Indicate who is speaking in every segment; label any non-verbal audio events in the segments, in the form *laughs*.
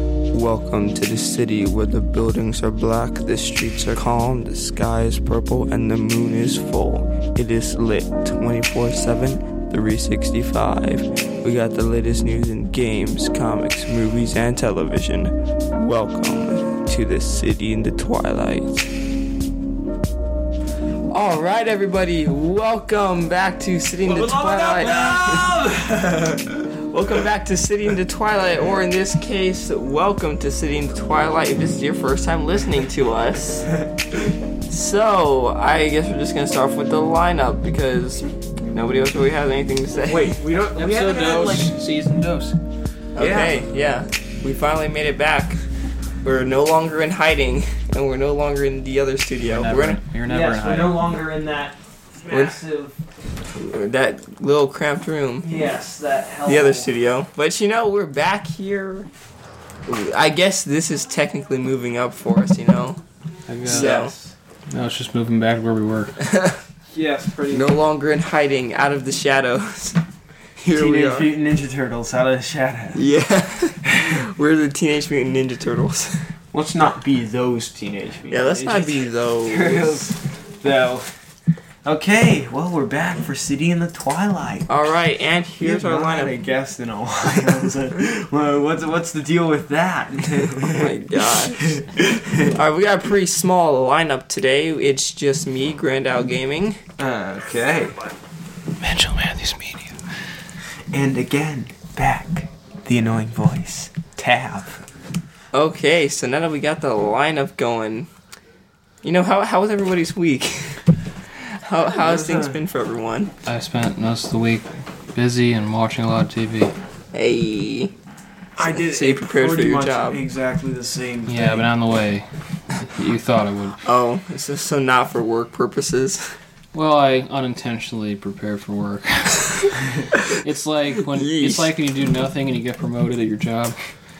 Speaker 1: Welcome to the city where the buildings are black, the streets are calm, the sky is purple, and the moon is full. It is lit 24 7, 365. We got the latest news in games, comics, movies, and television. Welcome to the city in the twilight.
Speaker 2: All right, everybody, welcome back to City in the Twilight. Welcome back to City in the Twilight, or in this case, welcome to City in the Twilight if this is your first time listening to us. So, I guess we're just gonna start off with the lineup because nobody else really has anything to say.
Speaker 3: Wait, we don't. We
Speaker 4: Episode
Speaker 3: haven't had,
Speaker 4: dose,
Speaker 3: like,
Speaker 4: season dose.
Speaker 2: *laughs* okay, yeah. we finally made it back. We're no longer in hiding, and we're no longer in the other studio. We're in
Speaker 4: You're never
Speaker 3: yes, we're no
Speaker 4: in
Speaker 3: longer in that
Speaker 2: We're-
Speaker 3: massive.
Speaker 2: that little cramped room.
Speaker 3: Yes, that hell.
Speaker 2: the other studio. But you know, we're back here. I guess this is technically moving up for us, you know? *laughs*
Speaker 4: hiding.
Speaker 2: So,
Speaker 4: No, it's just moving back where we were.
Speaker 3: Yes, pretty.
Speaker 2: no longer in hiding, out of the shadows. *laughs* Here we
Speaker 3: Teenage
Speaker 2: are.
Speaker 3: Mutant Ninja Turtles out of the shadow.
Speaker 2: Yeah. *laughs* we're the Teenage Mutant Ninja *laughs* Turtles.
Speaker 3: Let's not be those teenage Mutant.
Speaker 2: yeah, let's not
Speaker 3: Ninja
Speaker 2: be those.
Speaker 3: Turtles, though. Okay, well we're back for City in the Twilight.
Speaker 2: Alright, and here's our
Speaker 3: Not had a
Speaker 2: lineup.
Speaker 3: guest in a while. *laughs* so- well, what's what's the deal with that?
Speaker 2: *laughs* Oh my gosh.
Speaker 3: *laughs*
Speaker 2: Alright, we got a pretty small lineup today. It's just me, Grand Owl Gaming.
Speaker 3: okay.
Speaker 4: Mitchell Matthews Media.
Speaker 3: And again, back the annoying voice. Tab.
Speaker 2: Okay, so now that we got the lineup going, you know how how was everybody's week? *laughs* how how's things been for everyone?
Speaker 4: I spent most of the week busy and watching a lot of TV.
Speaker 2: Hey,
Speaker 3: I did.
Speaker 2: So you prepared for
Speaker 3: pretty
Speaker 2: your
Speaker 3: much
Speaker 2: job.
Speaker 3: Exactly the same.
Speaker 4: Yeah,
Speaker 3: thing.
Speaker 4: but on the way, you thought I would.
Speaker 2: oh, so so not for work purposes.
Speaker 4: Well, I unintentionally prepared
Speaker 3: *laughs*
Speaker 4: for work. it's like when
Speaker 2: Yeesh.
Speaker 4: it's like when you do nothing and you get promoted at your job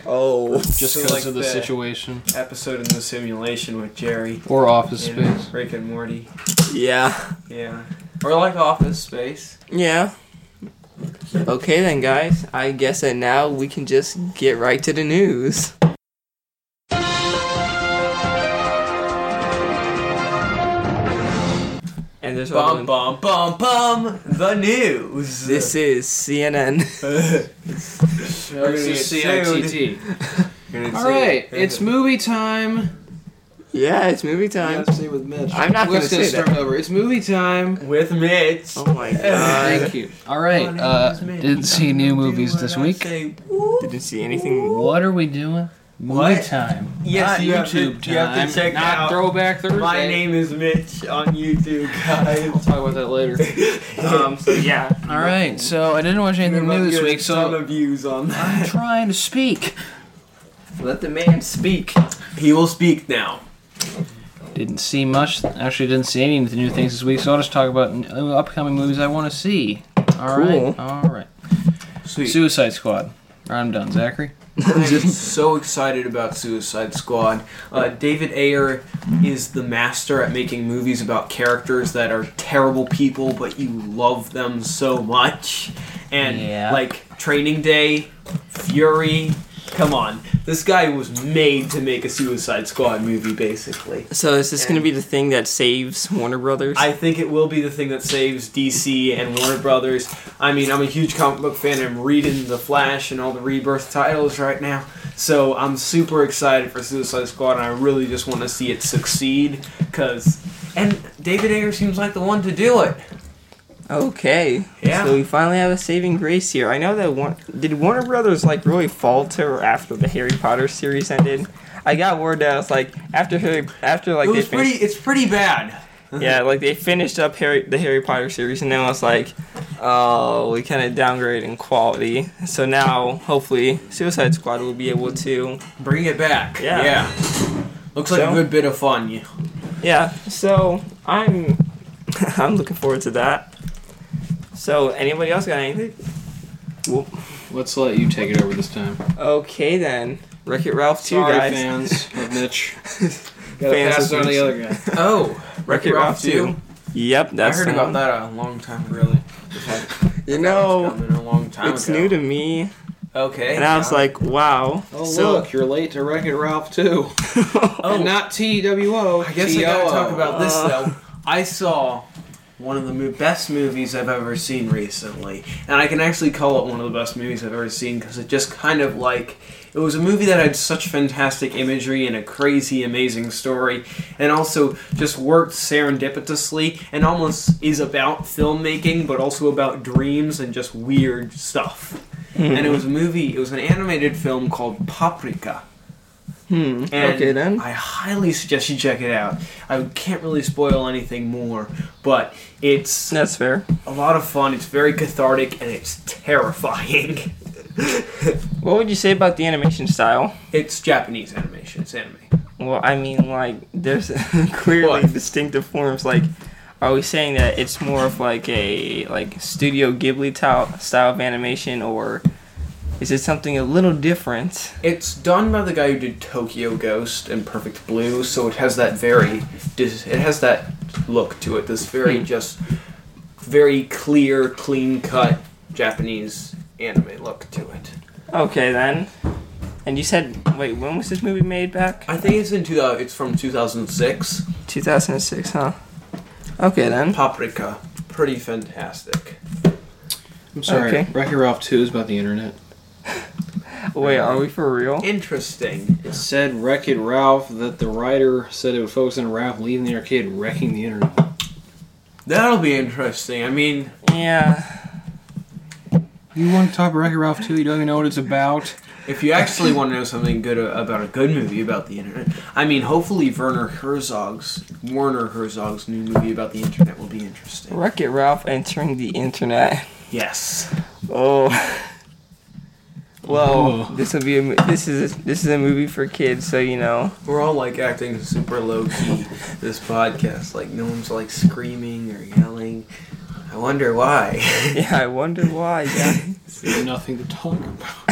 Speaker 2: Oh,
Speaker 4: just
Speaker 3: So
Speaker 4: because
Speaker 3: like
Speaker 4: of the,
Speaker 3: the-
Speaker 4: situation
Speaker 3: episode in the simulation with Jerry
Speaker 4: or office
Speaker 3: and
Speaker 4: space.
Speaker 3: Rick and Morty.
Speaker 2: *laughs* yeah,
Speaker 3: Yeah, or like Office Space.
Speaker 2: yeah. Okay then, guys. I guess that now we can just get right to the news. And there's one.
Speaker 3: Bum bum bum bum. The news.
Speaker 2: This
Speaker 3: *laughs*
Speaker 2: is CNN.
Speaker 3: We're gonna get sued. We're gonna
Speaker 4: All
Speaker 3: sue.
Speaker 4: right, it's movie time.
Speaker 2: *laughs* yeah, it's movie time.
Speaker 4: Let's with Mitch.
Speaker 2: I'm not
Speaker 4: We're
Speaker 2: gonna
Speaker 4: just gonna
Speaker 2: say that.
Speaker 4: start over. It's movie time.
Speaker 3: with Mitch.
Speaker 2: Oh *laughs* my god.
Speaker 4: Thank you. All right.
Speaker 3: My name
Speaker 4: Uh,
Speaker 3: is Mitch.
Speaker 4: didn't see
Speaker 3: I'm
Speaker 4: new
Speaker 3: gonna do
Speaker 4: movies
Speaker 3: what
Speaker 4: this
Speaker 3: I
Speaker 4: week.
Speaker 3: say.
Speaker 2: Didn't see anything.
Speaker 4: What are we doing? Movie
Speaker 3: What?
Speaker 4: time.
Speaker 3: *laughs* Yes,
Speaker 4: Not
Speaker 3: you have to-
Speaker 4: YouTube time.
Speaker 3: you have to check
Speaker 4: not
Speaker 3: out
Speaker 4: Throwback Thursday.
Speaker 3: My name is Mitch on YouTube,
Speaker 4: *laughs* We'll
Speaker 3: guys.
Speaker 4: talk about that later.
Speaker 2: Um. So yeah.
Speaker 4: All right. So I didn't watch anything new this week,
Speaker 3: ton
Speaker 4: so
Speaker 3: of views on *laughs*
Speaker 4: I'm
Speaker 3: that.
Speaker 4: trying to speak.
Speaker 2: Let the man *laughs* speak.
Speaker 3: He will speak now.
Speaker 4: Didn't see much. Actually, didn't see any new things this week. So I'll just talk about n- uh, upcoming movies I want to see. All
Speaker 2: Cool.
Speaker 4: right. All right.
Speaker 3: Sweet.
Speaker 4: Suicide Squad. I'm done, Zachary.
Speaker 2: *laughs*
Speaker 3: I'm so excited about Suicide Squad. Uh, David Ayer is the master at making movies about characters that are terrible people, but you love them so much. And
Speaker 4: Yeah.
Speaker 3: like Training Day, Fury. Come on, this guy was made to make a Suicide Squad movie, basically.
Speaker 2: So is this gonna be the thing that saves Warner Brothers?
Speaker 3: I think it will be the thing that saves DC and Warner Brothers. I mean, I'm a huge comic book fan. I'm reading The Flash and all the Rebirth titles right now. So I'm super excited for Suicide Squad, and I really just want to see it succeed. Cause, and David Ayer seems like the one to do it.
Speaker 2: okay.
Speaker 3: Yeah.
Speaker 2: So we finally have a saving grace here. I know that one. Did Warner Brothers like really falter after the Harry Potter series ended? I got word that it's like after Harry, after like
Speaker 3: it
Speaker 2: they
Speaker 3: was
Speaker 2: finished,
Speaker 3: pretty. It's pretty bad.
Speaker 2: yeah, like they finished up Harry the Harry Potter series, and then I was like, oh, we kind of downgrade in quality. So now hopefully Suicide Squad will be able to
Speaker 3: Bring it back.
Speaker 2: Yeah.
Speaker 3: Looks like
Speaker 2: So?
Speaker 3: a good bit of fun. Yeah.
Speaker 2: Yeah, so I'm *laughs* I'm looking forward to that. So anybody else got anything?
Speaker 4: Let's let you take it over this time.
Speaker 2: Okay then. Wreck It Ralph 2
Speaker 4: Sorry,
Speaker 2: guys.
Speaker 4: fans
Speaker 3: *laughs*
Speaker 4: of Mitch.
Speaker 2: Gotta Fans pass of it on to the Mitch.
Speaker 4: other guy.
Speaker 3: *laughs* Oh,
Speaker 2: Wreck It Ralph 2. Yep,
Speaker 3: I
Speaker 2: that's
Speaker 3: heard
Speaker 2: the
Speaker 3: about
Speaker 2: one.
Speaker 3: that a long time. Really.
Speaker 2: You know,
Speaker 3: a long time
Speaker 2: it's
Speaker 3: ago.
Speaker 2: new to me.
Speaker 3: Okay.
Speaker 2: And I was like, wow.
Speaker 4: Oh
Speaker 2: So- *laughs*
Speaker 4: look, you're late to Wreck-It Ralph too. oh, and not T W E O.
Speaker 3: I guess we gotta talk about this though. I saw one of the mo- best movies I've ever seen recently, and I can actually call it one of the best movies I've ever seen because it just kind of like it was a movie that had such fantastic imagery and a crazy, amazing story, and also just worked serendipitously and almost is about filmmaking, but also about dreams and just weird stuff. And it was a movie. It was an animated film called Paprika.
Speaker 2: Hmm.
Speaker 3: And
Speaker 2: okay then.
Speaker 3: I highly suggest you check it out. I can't really spoil anything more, but it's
Speaker 2: That's fair.
Speaker 3: a lot of fun. It's very cathartic and it's terrifying. *laughs*
Speaker 2: What would you say about the animation style?
Speaker 3: it's Japanese animation. It's anime.
Speaker 2: Well, I mean, like, there's *laughs* clearly
Speaker 3: What?
Speaker 2: distinctive forms. Like, are we saying that it's more of like a like Studio Ghibli ty- style of animation, or is it something a little different?
Speaker 3: It's done by the guy who did Tokyo Ghost and Perfect Blue, so it has that very dis- it has that look to it. This
Speaker 2: Hmm.
Speaker 3: very just very clear, clean cut Japanese anime look to it.
Speaker 2: Okay then. And you said, wait, when was this movie made back?
Speaker 3: I think it's in two, uh, it's from 2006.
Speaker 2: 2006, huh? Okay then.
Speaker 3: Paprika, pretty fantastic.
Speaker 4: I'm sorry.
Speaker 2: Okay.
Speaker 4: Wreck-It Ralph two is about the internet.
Speaker 2: Wait, are we for real?
Speaker 3: Interesting.
Speaker 4: It said Wreck-It Ralph that the writer said it would focus on Ralph leaving the arcade, and wrecking the internet.
Speaker 3: That'll be interesting. I mean,
Speaker 2: Yeah.
Speaker 4: You want to talk about Wreck-It Ralph two? You don't even know what it's about.
Speaker 3: if you actually want to know something good a- about a good movie about the internet, I mean, hopefully Werner Herzog's Werner Herzog's new movie about the internet will be interesting.
Speaker 2: Wreck It Ralph entering the internet.
Speaker 3: Yes.
Speaker 2: Oh. *laughs* Well,
Speaker 4: Oh.
Speaker 2: this will be a, mo- this is a, this is a movie for kids, so you know. *laughs*
Speaker 3: We're all like acting super low key this podcast. Like no one's like screaming or yelling. I wonder why.
Speaker 2: Yeah, I wonder why. Yeah, *laughs*
Speaker 4: There's nothing to talk *laughs* about.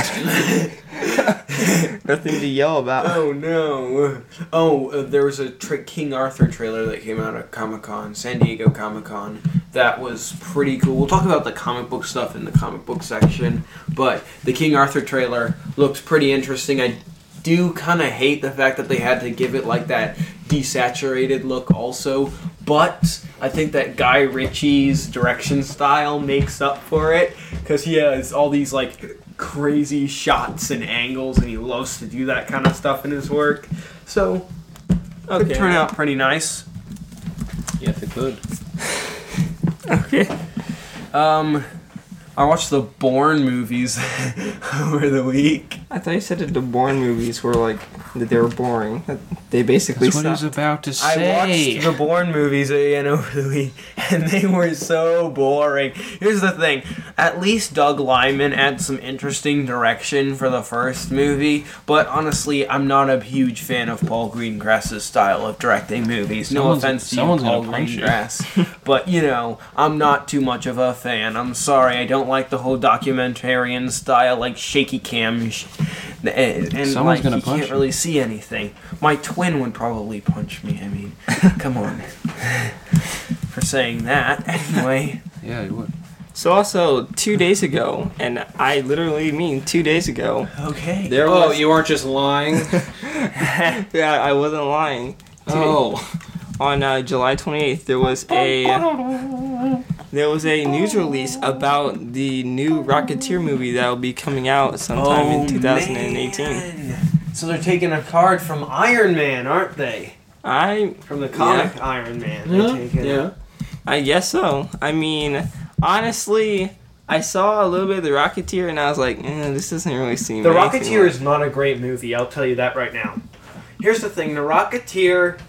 Speaker 2: nothing to yell about.
Speaker 3: Oh no! Oh, uh, there was a tra- King Arthur trailer that came out at Comic Con, San Diego Comic Con. That was pretty cool. We'll talk about the comic book stuff in the comic book section, but the King Arthur trailer looked pretty interesting. I do kind of hate the fact that they had to give it like that desaturated look, also. But I think that Guy Ritchie's direction style makes up for it because he has all these like crazy shots and angles, and he loves to do that kind of stuff in his work. So,
Speaker 2: Okay.
Speaker 3: it turned out pretty nice.
Speaker 4: Yeah, they could.
Speaker 2: Okay.
Speaker 3: Um, I watched the Bourne movies *laughs* over the week.
Speaker 2: I thought you said that the Bourne movies were like that they were boring. That they basically
Speaker 4: That's what he was
Speaker 2: stopped.
Speaker 4: about to
Speaker 3: I
Speaker 4: say.
Speaker 3: watched the Bourne movies again *laughs* over the week, and they were so boring. Here's the thing: at least Doug Lyman had some interesting direction for the first movie, but honestly, I'm not a huge fan of Paul Greengrass's style of directing movies. No
Speaker 4: Someone's-
Speaker 3: offense to you,
Speaker 4: someone's gonna
Speaker 3: Paul
Speaker 4: punch you. *laughs*
Speaker 3: Greengrass, but you know, I'm not too much of a fan. I'm sorry, I don't like the whole documentarian style, like shaky cam. sh- And, and
Speaker 4: Someone's
Speaker 3: like,
Speaker 4: gonna
Speaker 3: you
Speaker 4: punch
Speaker 3: can't
Speaker 4: you.
Speaker 3: really see anything. My twin would probably punch me. I *laughs* mean, come on. For saying that, anyway.
Speaker 4: yeah, you would.
Speaker 2: So also two days ago, and I literally mean two days ago.
Speaker 3: *laughs*
Speaker 2: *laughs*
Speaker 3: Okay.
Speaker 2: There
Speaker 4: Oh,
Speaker 2: was
Speaker 4: you aren't just *laughs* lying.
Speaker 2: yeah, I wasn't lying.
Speaker 4: oh,
Speaker 2: on uh, July 28th, there was a there was a news release about the new Rocketeer movie that will be coming out sometime in 2018.
Speaker 3: Oh, man. So they're taking a card from Iron Man, aren't they?
Speaker 2: I
Speaker 3: From the comic Iron Man. They're taking-
Speaker 4: yeah.
Speaker 2: I guess so. I mean, honestly, I saw a little bit of the Rocketeer and I was like, eh, this doesn't really seem.
Speaker 3: The
Speaker 2: anything
Speaker 3: Rocketeer
Speaker 2: like-
Speaker 3: is not a great movie, I'll tell you that right now. Here's the thing The Rocketeer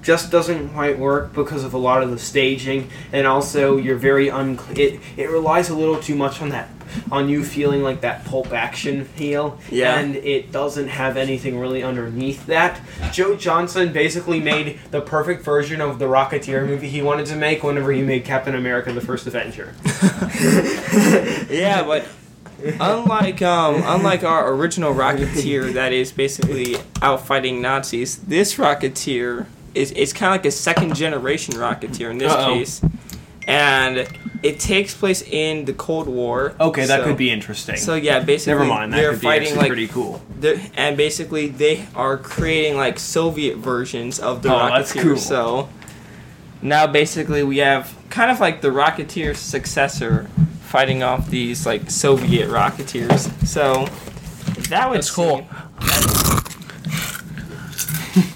Speaker 3: just doesn't quite work because of a lot of the staging, and also you're very unclear. It, it relies a little too much on that. On you feeling like that pulp action feel,
Speaker 2: Yeah.
Speaker 3: and it doesn't have anything really underneath that. Joe Johnson basically made the perfect version of the Rocketeer movie he wanted to make whenever he made Captain America: The First Avenger.
Speaker 2: *laughs* Yeah,
Speaker 3: *laughs*
Speaker 2: but unlike um unlike our original Rocketeer that is basically out fighting Nazis, this Rocketeer is it's kind of like a second generation Rocketeer in this
Speaker 4: Uh-oh.
Speaker 2: case, and It takes place in the Cold War.
Speaker 3: Okay, that
Speaker 2: so-
Speaker 3: could be interesting.
Speaker 2: So yeah, basically,
Speaker 3: Never mind. That
Speaker 2: they're
Speaker 3: could be
Speaker 2: fighting
Speaker 3: actually
Speaker 2: like
Speaker 3: pretty cool.
Speaker 2: they're- and basically they are creating like Soviet versions of the
Speaker 3: Oh,
Speaker 2: Rocketeer.
Speaker 3: that's cool.
Speaker 2: So now basically we have kind of like the Rocketeer's successor fighting off these like Soviet Rocketeers. So that was
Speaker 4: That's cool.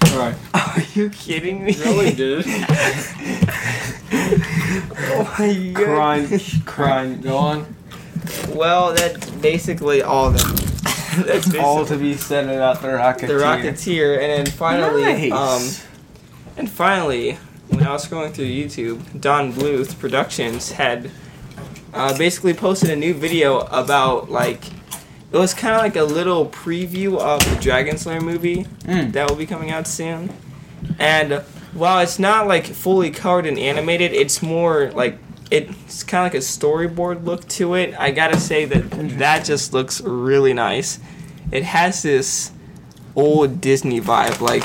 Speaker 3: All right.
Speaker 2: *laughs* Are you kidding me?
Speaker 3: dude.
Speaker 2: *laughs*
Speaker 4: *laughs*
Speaker 2: Oh my god.
Speaker 3: crunch, crunch. Go on.
Speaker 2: Well, that's basically all that. *laughs* that's basically
Speaker 3: All to be said about the Rocketeer.
Speaker 2: the Rocketeer, and then finally, um,
Speaker 3: Nice.
Speaker 2: And finally, when I was scrolling through YouTube, Don Bluth Productions had uh, basically posted a new video about like it was kind of like a little preview of the Dragon Slayer movie
Speaker 3: Mm.
Speaker 2: that will be coming out soon. And while it's not like fully colored and animated, it's more like it's kind of like a storyboard look to it. I gotta say that that just looks really nice. It has this old Disney vibe, like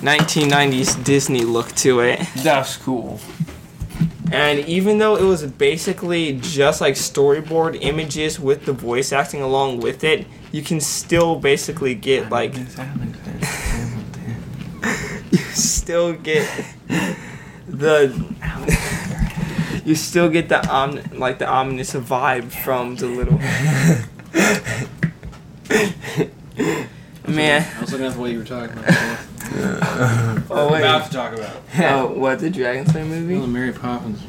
Speaker 2: 1990s Disney look to it.
Speaker 3: That's cool.
Speaker 2: And even though it was basically just like storyboard images with the voice acting along with it, you can still basically get like *laughs* still get the *laughs* you still get the om- like the ominous vibe from the little *laughs* man.
Speaker 4: I was looking at the way you were talking about before.
Speaker 2: Oh wait,
Speaker 3: to talk about.
Speaker 2: *laughs* oh, what the Dragon Slayer
Speaker 4: Oh,
Speaker 2: movie?
Speaker 4: Mary Poppins.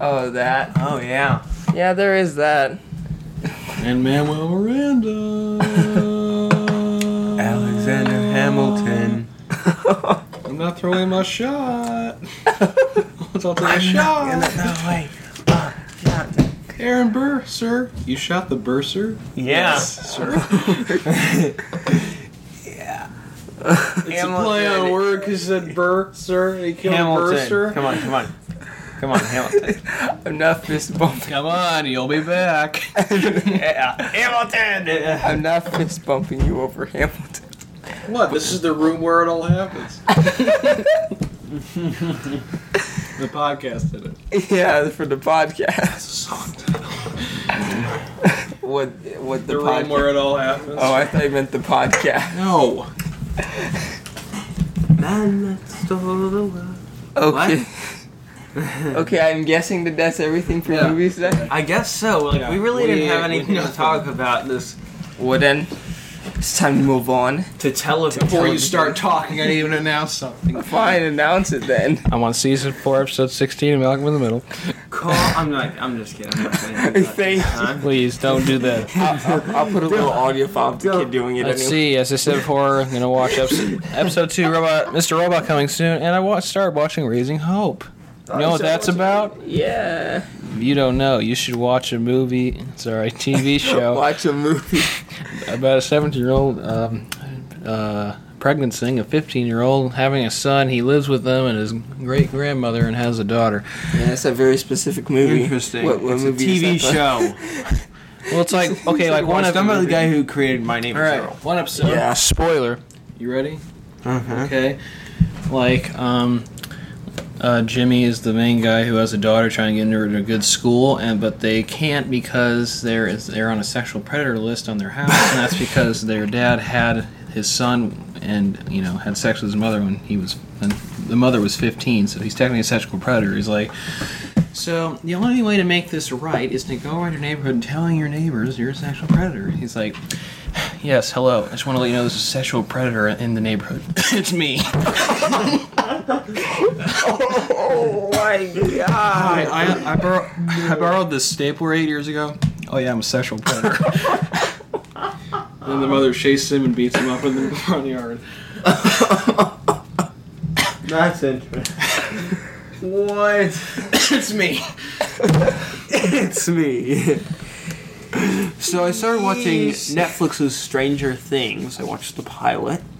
Speaker 2: Oh that.
Speaker 3: Oh yeah.
Speaker 2: Yeah, there is *laughs* that.
Speaker 4: And Manuel Miranda.
Speaker 3: Alexander Hamilton.
Speaker 4: I'm not throwing my shot. *laughs* What's up to the shot?
Speaker 3: No way.
Speaker 4: Aaron Burr, sir. You shot the Burr, sir?
Speaker 3: Yeah.
Speaker 4: sir.
Speaker 3: It's
Speaker 4: It's a play on a word because he said Burr, sir. He killed Burr,
Speaker 3: Hamilton.
Speaker 4: sir.
Speaker 3: Come on, come on. Come on, Hamilton.
Speaker 2: Enough fist bumping.
Speaker 4: Come on, you'll be back.
Speaker 3: *laughs*
Speaker 4: *laughs*
Speaker 3: yeah. Hamilton! Yeah.
Speaker 2: *laughs* I'm not fist bumping you over *laughs* Hamilton.
Speaker 4: What? This is the room where it all happens. the podcast did it.
Speaker 2: Yeah, for the podcast.
Speaker 4: It's a song.
Speaker 2: What what the,
Speaker 4: The, room where
Speaker 2: podcast?
Speaker 4: it all happens.
Speaker 2: Oh, I thought you meant the podcast.
Speaker 4: no.
Speaker 3: Man that stole the world.
Speaker 2: Okay. okay, I'm guessing that that's everything for
Speaker 4: Yeah.
Speaker 2: movies then.
Speaker 3: I guess so. Like
Speaker 4: Yeah.
Speaker 3: we really didn't
Speaker 4: We-
Speaker 3: have
Speaker 4: we-
Speaker 3: anything to
Speaker 4: nothing.
Speaker 3: talk about in this
Speaker 2: Well then, it's time to move on.
Speaker 3: to television.
Speaker 4: Before you start talking, *laughs* I even announce something.
Speaker 2: Fine, announce it then.
Speaker 4: I'm on season four, episode 16 of Malcolm in the Middle.
Speaker 3: call, I'm not. I'm just kidding. I'm not saying that *laughs* this
Speaker 2: Thank you.
Speaker 3: time.
Speaker 4: Please don't do that.
Speaker 2: *laughs* I'll, I'll, I'll put a little audio file of the
Speaker 3: Go.
Speaker 2: kid doing it
Speaker 4: Let's
Speaker 2: anyway.
Speaker 4: see. As I said before, I'm gonna watch episode, episode two, Robot, Mr. Robot, coming soon, and I wa- started watching Raising Hope. You know what that's about?
Speaker 2: Yeah.
Speaker 4: If you don't know, you should watch a movie. Sorry, *laughs* TV show
Speaker 2: Watch a movie.
Speaker 4: about a 17-year-old um, uh, pregnant thing, a 15-year-old having a son. He lives with them and his great grandmother, and has a daughter.
Speaker 2: Yeah, that's a very specific movie.
Speaker 3: Interesting.
Speaker 2: What, what
Speaker 3: it's
Speaker 2: movie
Speaker 3: a TV
Speaker 2: is that?
Speaker 3: show.
Speaker 4: Well, it's like okay, like one
Speaker 3: Watch-
Speaker 4: of
Speaker 3: I'm about the guy who created My Name
Speaker 4: All
Speaker 3: Is
Speaker 4: right,
Speaker 3: Earl.
Speaker 4: one episode.
Speaker 2: Yeah.
Speaker 4: Spoiler. You ready? Okay. Like, um, uh, Jimmy is the main guy who has a daughter trying to get into a good school, and but they can't because there is they're on a sexual predator list on their house, and that's because their dad had his son and you know had sex with his mother when he was when the mother was 15, so he's technically a sexual predator. He's like. So the only way to make this right is to go around your neighborhood and telling your neighbors you're a sexual predator. He's like, Yes, hello. I just want to let you know there's a sexual predator in the neighborhood. *laughs* it's me.
Speaker 2: Oh my god.
Speaker 4: I, I, I, borrow, I borrowed this stapler eight years ago. Oh, yeah, I'm a sexual predator. then the mother chases him *laughs* and beats him up in the front yard.
Speaker 3: That's interesting. what?
Speaker 4: it's me.
Speaker 3: It's me. so I started watching Netflix's Stranger Things. I watched the pilot.
Speaker 2: *laughs*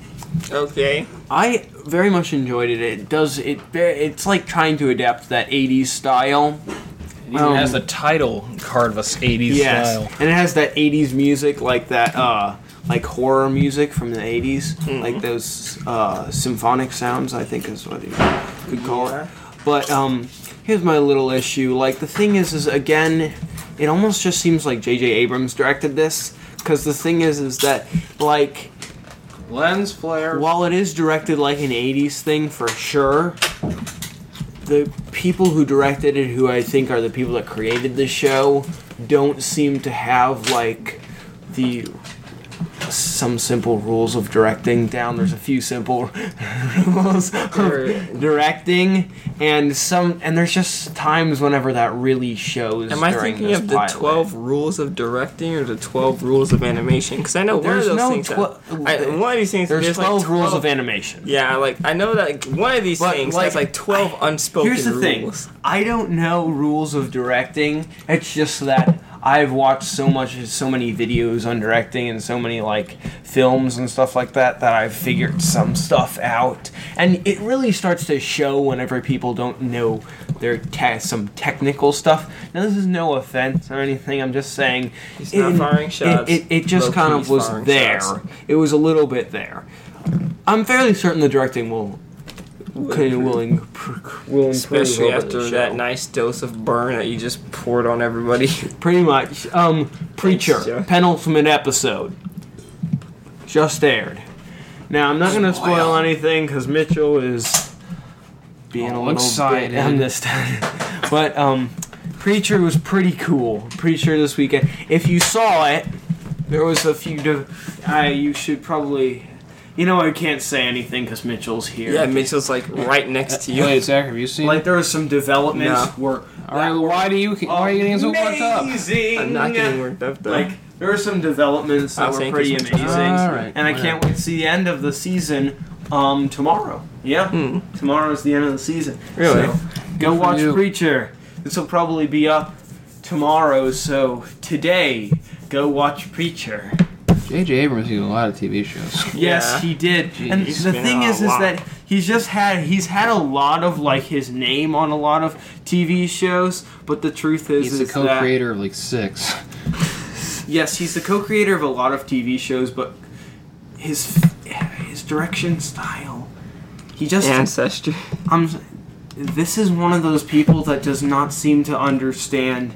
Speaker 2: Okay.
Speaker 3: I very much enjoyed it. It does it. ve- It's like trying to adapt that '80s style.
Speaker 4: It even
Speaker 3: Um,
Speaker 4: has the title card of us 80s
Speaker 3: Yes,
Speaker 4: style.
Speaker 3: and it has that '80s music, like that, uh, like horror music from the '80s, like those uh, symphonic sounds. I think is what you could call
Speaker 2: Yeah.
Speaker 3: it. But um, here's my little issue. Like the thing is, is again, it almost just seems like J.J. Abrams directed this. Because the thing is, is that like
Speaker 4: Lens flare.
Speaker 3: while it is directed like an 80s thing for sure the people who directed it who i think are the people that created the show don't seem to have like the some simple rules of directing down there's a few simple *laughs* rules of directing and some and there's just times whenever that really shows
Speaker 2: Am I
Speaker 3: during
Speaker 2: thinking
Speaker 3: this
Speaker 2: of the
Speaker 3: pilot.
Speaker 2: 12 rules of directing or the 12 rules of animation? Because I know one of
Speaker 3: There's
Speaker 2: those
Speaker 3: no
Speaker 2: things.
Speaker 3: twe-
Speaker 2: I, one of these things.
Speaker 3: there's
Speaker 2: there's
Speaker 3: 12,
Speaker 2: like
Speaker 3: rules of animation
Speaker 2: Yeah, like I know that one of these
Speaker 3: But,
Speaker 2: things
Speaker 3: like,
Speaker 2: has like 12 unspoken
Speaker 3: Here's the
Speaker 2: rules.
Speaker 3: thing. I don't know rules of directing. It's just that I've watched so much, so many videos on directing and so many like films and stuff like that that I've figured some stuff out. And it really starts to show whenever people don't know their te- some technical stuff. Now this is no offense or anything. I'm just saying.
Speaker 2: He's not firing shots.
Speaker 3: It, it, it just
Speaker 2: Low-key
Speaker 3: kind of
Speaker 2: he's
Speaker 3: was
Speaker 2: firing
Speaker 3: there.
Speaker 2: shots.
Speaker 3: It was a little bit there. I'm fairly certain the directing will. Can, will, imp- will improve
Speaker 2: Especially
Speaker 3: over the
Speaker 2: after
Speaker 3: show.
Speaker 2: that nice dose of burn that you just poured on
Speaker 3: *laughs*
Speaker 2: everybody.
Speaker 3: Pretty much. Um, Preacher,
Speaker 2: Jeff.
Speaker 3: penultimate episode. Just aired. Now, I'm not going to spoil anything because Mitchell is being a
Speaker 4: All
Speaker 3: little
Speaker 4: Oh, excited.
Speaker 3: bit on this time. *laughs* but, um, Preacher was pretty cool. Preacher this weekend. If you saw it, there was a few. Div- I, you should probably. You know, I can't say anything because Mitchell's here.
Speaker 2: yeah, Mitchell's like right next to you.
Speaker 4: Uh, Wait, Zach, have you seen?
Speaker 3: Like, there was some developments
Speaker 2: No.
Speaker 3: where.
Speaker 4: all right, well, why do you? Why are you getting so worked up?
Speaker 3: Amazing!
Speaker 2: I'm not getting worked up though.
Speaker 3: uh, Like there are some developments
Speaker 2: I
Speaker 3: that
Speaker 2: was
Speaker 3: were
Speaker 2: saying
Speaker 3: pretty
Speaker 2: this-
Speaker 3: amazing,
Speaker 4: Alright,
Speaker 3: and I can't wait to see the end of the season um, tomorrow. Yeah,
Speaker 2: Hmm.
Speaker 3: tomorrow's the end of the season.
Speaker 2: Really?
Speaker 3: So, go
Speaker 4: for
Speaker 3: watch
Speaker 4: you.
Speaker 3: Preacher. This will probably be up tomorrow. So today, go watch Preacher.
Speaker 4: J.J. Abrams did a lot of TV shows.
Speaker 3: Yes,
Speaker 2: Yeah.
Speaker 3: he did. and
Speaker 2: He's
Speaker 3: the
Speaker 2: been
Speaker 3: thing
Speaker 2: on a
Speaker 3: is, is
Speaker 2: lot.
Speaker 3: that he's just had he's had a lot of like his name on a lot of TV shows. But the truth is,
Speaker 4: He's the
Speaker 3: is that
Speaker 4: co-creator of like six.
Speaker 3: Yes, he's the co-creator of a lot of TV shows, but his his direction style, he just
Speaker 2: ancestry.
Speaker 3: I'm. This is one of those people that does not seem to understand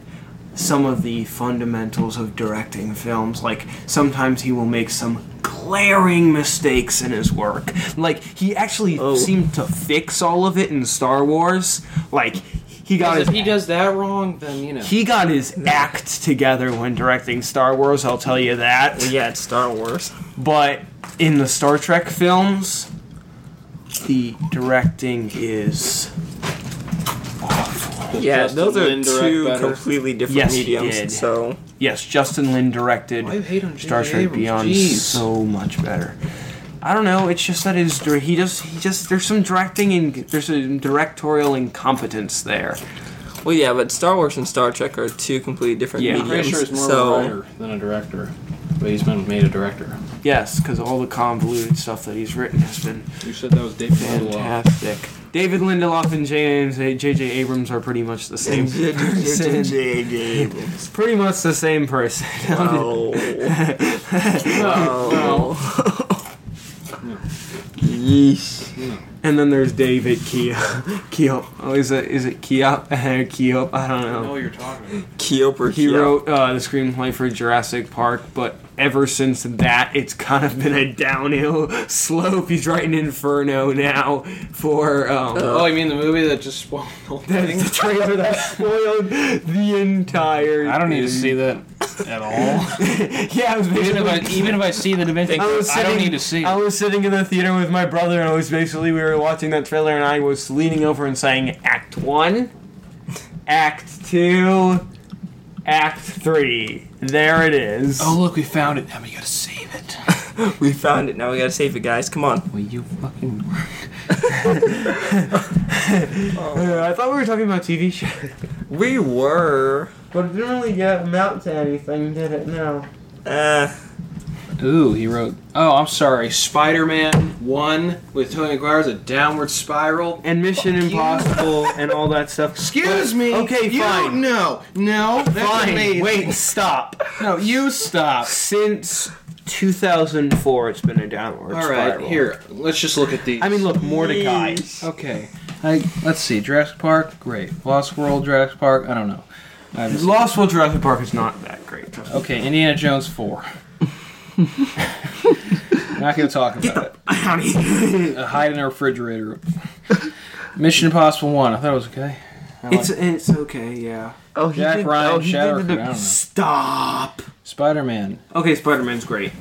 Speaker 3: some of the fundamentals of directing films. Like sometimes he will make some glaring mistakes in his work. Like he actually
Speaker 2: Oh.
Speaker 3: seemed to fix all of it in Star Wars. Like he got his
Speaker 4: If he does that wrong, then you know.
Speaker 3: he got his act together when directing Star Wars, I'll tell you that.
Speaker 2: Yeah, it's Star Wars.
Speaker 3: But in the Star Trek films, the directing is awful.
Speaker 2: Yeah,
Speaker 4: Justin
Speaker 2: those are
Speaker 4: Lin direct
Speaker 2: two
Speaker 4: better?
Speaker 2: completely different
Speaker 3: Yes, he
Speaker 2: mediums.
Speaker 3: did.
Speaker 2: So
Speaker 3: Yes, Justin Lin directed
Speaker 4: Why you hate on
Speaker 3: Star
Speaker 4: J.J.
Speaker 3: Trek
Speaker 4: Abrams?
Speaker 3: Beyond
Speaker 4: Jeez.
Speaker 3: so much better. I don't know. It's just that his dir- he just he just there's some directing and there's some directorial incompetence there.
Speaker 2: Well, yeah, but Star Wars and Star Trek are two completely different
Speaker 3: Yeah. I'm
Speaker 4: I'm
Speaker 2: mediums.
Speaker 4: pretty sure it's more
Speaker 2: so
Speaker 4: of a
Speaker 2: *laughs*
Speaker 4: writer than a director, but he's been made a director.
Speaker 3: Yes, because all the convoluted stuff that he's written has been
Speaker 4: You said that was David Lindelof.
Speaker 3: Fantastic. David Lindelof and James J.J. Abrams are pretty much the
Speaker 4: *laughs*
Speaker 3: same *laughs* person. pretty much the same person.
Speaker 2: Wow. Wow. Yeesh.
Speaker 3: *laughs* and then there's David Keop. Keop. Oh, is it is it *laughs* Keop? Keop. I don't know.
Speaker 4: you're talking about.
Speaker 2: Keoper
Speaker 3: He
Speaker 2: Keop.
Speaker 3: wrote uh, the screenplay for Jurassic Park, but ever since that, it's kind of been a downhill *laughs* slope. He's writing Inferno now for um,
Speaker 4: Oh, you mean the movie that just spoiled the whole
Speaker 3: that's
Speaker 4: thing?
Speaker 3: the trailer
Speaker 4: *laughs*
Speaker 3: that spoiled the entire.
Speaker 4: I don't need to
Speaker 3: thing.
Speaker 4: see that at all.
Speaker 3: yeah, I was
Speaker 4: *laughs* even if I
Speaker 3: basically-
Speaker 4: even if I see the dimension,
Speaker 3: I
Speaker 4: I,
Speaker 3: was
Speaker 4: don't
Speaker 3: sitting-
Speaker 4: need to see.
Speaker 3: I
Speaker 4: it.
Speaker 3: was sitting in the theater with my brother, and I was basically we were watching that trailer, and I was leaning over and saying, "Act one, Act two, Act three. There it is."
Speaker 4: Oh look, we found it. Now we gotta
Speaker 3: *laughs*
Speaker 4: save it.
Speaker 2: We found it. Now we gotta save it, guys. Come on.
Speaker 4: Will you fucking?
Speaker 3: Uh, I thought we were talking about TV shows,
Speaker 2: We were.
Speaker 3: *laughs* but it didn't really get amount to anything, did it? No.
Speaker 2: Uh,
Speaker 4: Ooh, he wrote. Oh, I'm sorry. Spider-Man One with Tony McGuire's a downward spiral.
Speaker 3: And Mission
Speaker 4: Fuck you.
Speaker 3: Impossible and all that stuff.
Speaker 4: Excuse me.
Speaker 3: Okay,
Speaker 4: you
Speaker 3: fine.
Speaker 4: No, no. That's
Speaker 3: Fine.
Speaker 4: amazing.
Speaker 3: Wait, stop.
Speaker 4: No, you stop.
Speaker 3: Since 2004, it's been a downward
Speaker 4: All right,
Speaker 3: spiral.
Speaker 4: here. Let's just look at these.
Speaker 3: I mean, look, Mordecai.
Speaker 4: Okay. I let's see, Jurassic Park, great. Lost World, Jurassic Park, I don't know. I haven't seen-
Speaker 3: Lost World Jurassic Park is not that great. trust me.
Speaker 4: okay, Indiana Jones four. Not gonna talk about it. Uh, hide in a refrigerator. Mission Impossible one. I thought it was okay. I
Speaker 3: *laughs*
Speaker 4: like
Speaker 3: It's it's okay, yeah.
Speaker 2: Oh, he
Speaker 4: Jack
Speaker 2: did,
Speaker 4: Ryan,
Speaker 2: oh, he
Speaker 4: Shatterford,
Speaker 2: did the-
Speaker 4: I don't know.
Speaker 3: Stop.
Speaker 4: Spider Man.
Speaker 3: Okay, Spider Man's great.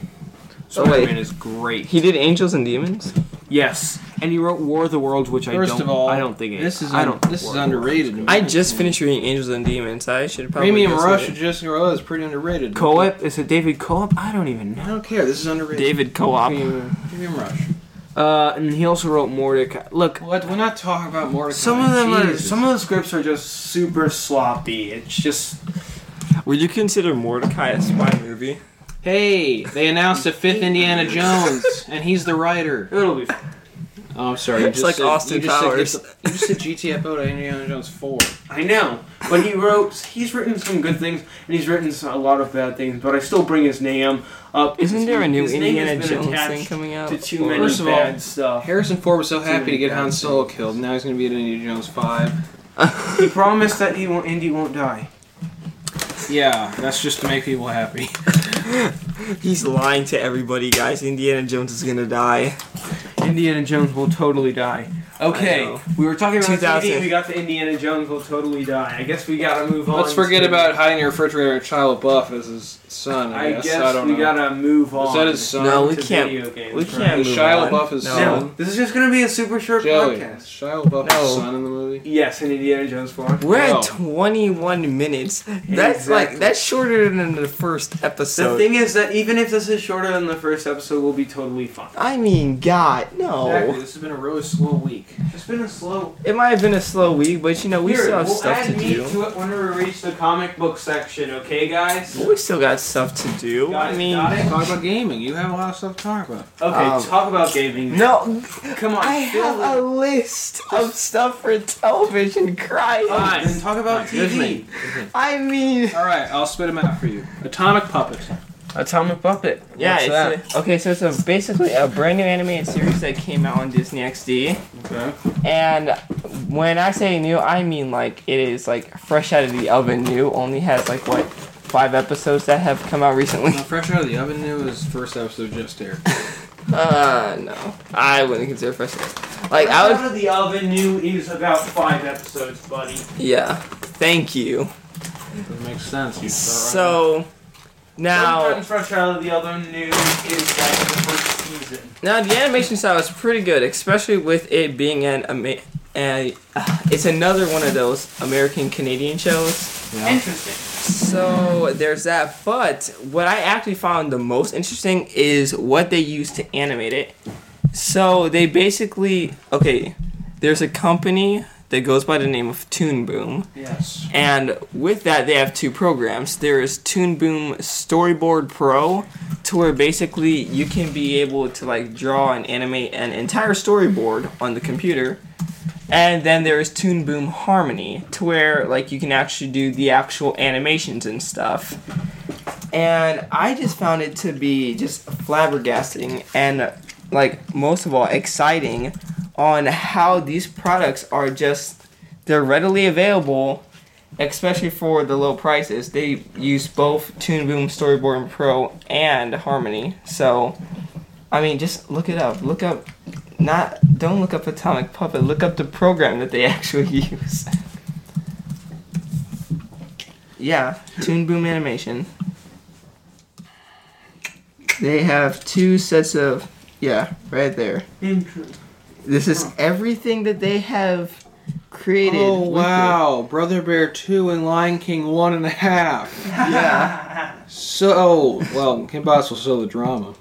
Speaker 3: Spider Man is great.
Speaker 2: He did Angels and Demons.
Speaker 3: yes, and he wrote War of the Worlds, which I
Speaker 4: First
Speaker 3: don't.
Speaker 4: of all,
Speaker 3: I don't think it,
Speaker 4: this is
Speaker 3: I
Speaker 4: un-
Speaker 3: don't.
Speaker 4: this is
Speaker 3: War of the Worlds.
Speaker 4: underrated. in my
Speaker 2: I just
Speaker 4: opinion.
Speaker 2: finished reading Angels and Demons. I should probably.
Speaker 4: Premium
Speaker 2: go see
Speaker 4: Rush.
Speaker 2: it.
Speaker 4: Just Royale is pretty underrated.
Speaker 3: Co-op is it David Co-op? I don't even
Speaker 4: I
Speaker 3: know.
Speaker 4: don't care. This is underrated.
Speaker 2: David Co-op.
Speaker 4: Premium, Premium Rush.
Speaker 3: Uh, and he also wrote Mordecai. Look,
Speaker 4: What? We're not talking about Mordecai.
Speaker 3: some of them are.
Speaker 4: Jesus.
Speaker 3: Some of the scripts are just super sloppy. It's just
Speaker 2: Would you consider Mordecai a spy movie?
Speaker 4: Hey, they announced a fifth *laughs* Indiana Jones, and he's the writer.
Speaker 3: it'll be. Fine.
Speaker 4: Oh, I'm sorry. you
Speaker 2: It's
Speaker 4: just
Speaker 2: like
Speaker 4: said-
Speaker 2: Austin
Speaker 4: you just said-
Speaker 2: Powers.
Speaker 4: *laughs* you just said GTFO to Indiana Jones 4.
Speaker 3: I know, but he wrote. He's written some good things, and he's written some, a lot of bad things. But I still bring his name up.
Speaker 2: Isn't there a new
Speaker 3: His name
Speaker 2: Indiana
Speaker 3: has been
Speaker 2: Jones
Speaker 3: attached
Speaker 2: thing coming out?
Speaker 3: To too
Speaker 2: Or-
Speaker 3: many
Speaker 4: First of all-
Speaker 3: bad stuff.
Speaker 4: Harrison Ford was so happy to get Han
Speaker 3: bad
Speaker 4: Solo killed. Now he's going to be in Indiana Jones 5.
Speaker 3: He promised that he won't. Indy won't die.
Speaker 4: Yeah, that's just to make people happy.
Speaker 2: He's lying to everybody, guys. Indiana Jones is gonna die.
Speaker 3: Indiana Jones will totally die.
Speaker 2: I
Speaker 3: Okay,
Speaker 2: know.
Speaker 3: we were talking about
Speaker 2: 2000.
Speaker 3: TV. We got the Indiana Jones will totally die. I guess we gotta move on.
Speaker 4: Let's forget
Speaker 3: to-
Speaker 4: about hiding in a refrigerator and Shia LaBeouf as his son. I,
Speaker 3: I
Speaker 4: guess.
Speaker 3: guess
Speaker 4: I don't
Speaker 3: we
Speaker 4: know.
Speaker 3: gotta move on.
Speaker 4: is that his son?
Speaker 2: No, we
Speaker 3: to
Speaker 2: can't-
Speaker 3: Video games,
Speaker 2: We
Speaker 3: right?
Speaker 2: can't.
Speaker 4: Is
Speaker 2: move
Speaker 4: Shia
Speaker 2: on.
Speaker 4: LaBeouf is-
Speaker 2: no.
Speaker 3: No, this is just gonna be a super short
Speaker 4: Joey. Is
Speaker 3: podcast.
Speaker 4: Shia LaBeouf's
Speaker 2: No.
Speaker 4: son in the movie?
Speaker 3: Yes, in Indiana Jones form.
Speaker 2: We're
Speaker 4: Wow.
Speaker 2: at 21 minutes. That's
Speaker 3: Exactly.
Speaker 2: like that's shorter than the first
Speaker 3: The
Speaker 2: episode.
Speaker 3: thing is that even if this is shorter than the first episode, we'll be totally fine.
Speaker 2: I mean, God, no.
Speaker 4: Exactly. This has been a really slow week.
Speaker 3: It's been a slow.
Speaker 2: It might have been a slow week, but you know we
Speaker 3: Here,
Speaker 2: still have
Speaker 3: we'll
Speaker 2: stuff
Speaker 3: add
Speaker 2: to
Speaker 3: meat
Speaker 2: do.
Speaker 3: to it when we reach the comic book section. Okay, guys.
Speaker 2: we still got stuff to do.
Speaker 3: Got
Speaker 2: I
Speaker 3: it,
Speaker 2: mean,
Speaker 3: got it.
Speaker 4: Talk about gaming. You have a lot of stuff to talk about.
Speaker 3: Okay,
Speaker 2: Um,
Speaker 3: talk about gaming.
Speaker 2: no,
Speaker 3: Come on,
Speaker 2: I
Speaker 3: fill
Speaker 2: have
Speaker 3: the-
Speaker 2: a list of stuff for television. Christ,
Speaker 3: Oh, then talk about
Speaker 4: Excuse
Speaker 3: TV.
Speaker 4: me.
Speaker 2: I mean,
Speaker 4: All right, I'll spit them out for you. Atomic Puppet.
Speaker 3: Atomic Puppet.
Speaker 2: yeah.
Speaker 4: What's
Speaker 2: It's a- okay, so it's a, basically a brand new animated series that came out on Disney XD.
Speaker 3: Okay.
Speaker 2: And when I say new, I mean like it is like fresh out of the oven new. Only has like what five episodes that have come out recently. *laughs*
Speaker 4: Now, fresh out of the oven new is first episode just aired.
Speaker 2: Uh, no, I wouldn't consider fresh. Like I
Speaker 3: Out
Speaker 2: would,
Speaker 3: of the Oven New is about five episodes, buddy.
Speaker 2: yeah. Thank you.
Speaker 4: That makes sense. You start
Speaker 2: So
Speaker 4: right
Speaker 2: now,
Speaker 3: Sometimes Fresh Out of the Oven New is like the first season.
Speaker 2: now the animation style is pretty good, especially with it being an ama- a, *sighs* uh, it's another one of those American Canadian shows.
Speaker 4: now.
Speaker 3: *laughs*
Speaker 4: Yeah.
Speaker 3: Interesting.
Speaker 2: So there's that. But what I actually found the most interesting is what they used to animate it. So they basically okay. There's a company that goes by the name of Toon Boom,
Speaker 3: Yes.
Speaker 2: and with that they have two programs. There is Toon Boom Storyboard Pro, to where basically you can be able to like draw and animate an entire storyboard on the computer. And then there is Toon Boom Harmony, to where like you can actually do the actual animations and stuff. And I just found it to be just flabbergasting and like most of all exciting on how these products are just they're readily available, especially for the low prices. They use both Toon Boom Storyboard and Pro and Harmony. So I mean just look it up. Look up not don't look up Atomic Puppet, look up the program that they *laughs* actually use. yeah, Toon Boom Animation. They have two sets of yeah, right there.
Speaker 3: Interesting.
Speaker 2: This is everything that they have created.
Speaker 4: Oh
Speaker 2: with
Speaker 4: wow, Brother Bear two and Lion King one and a half.
Speaker 2: it. *laughs* Yeah.
Speaker 4: So well, Kim Boss will sell the drama.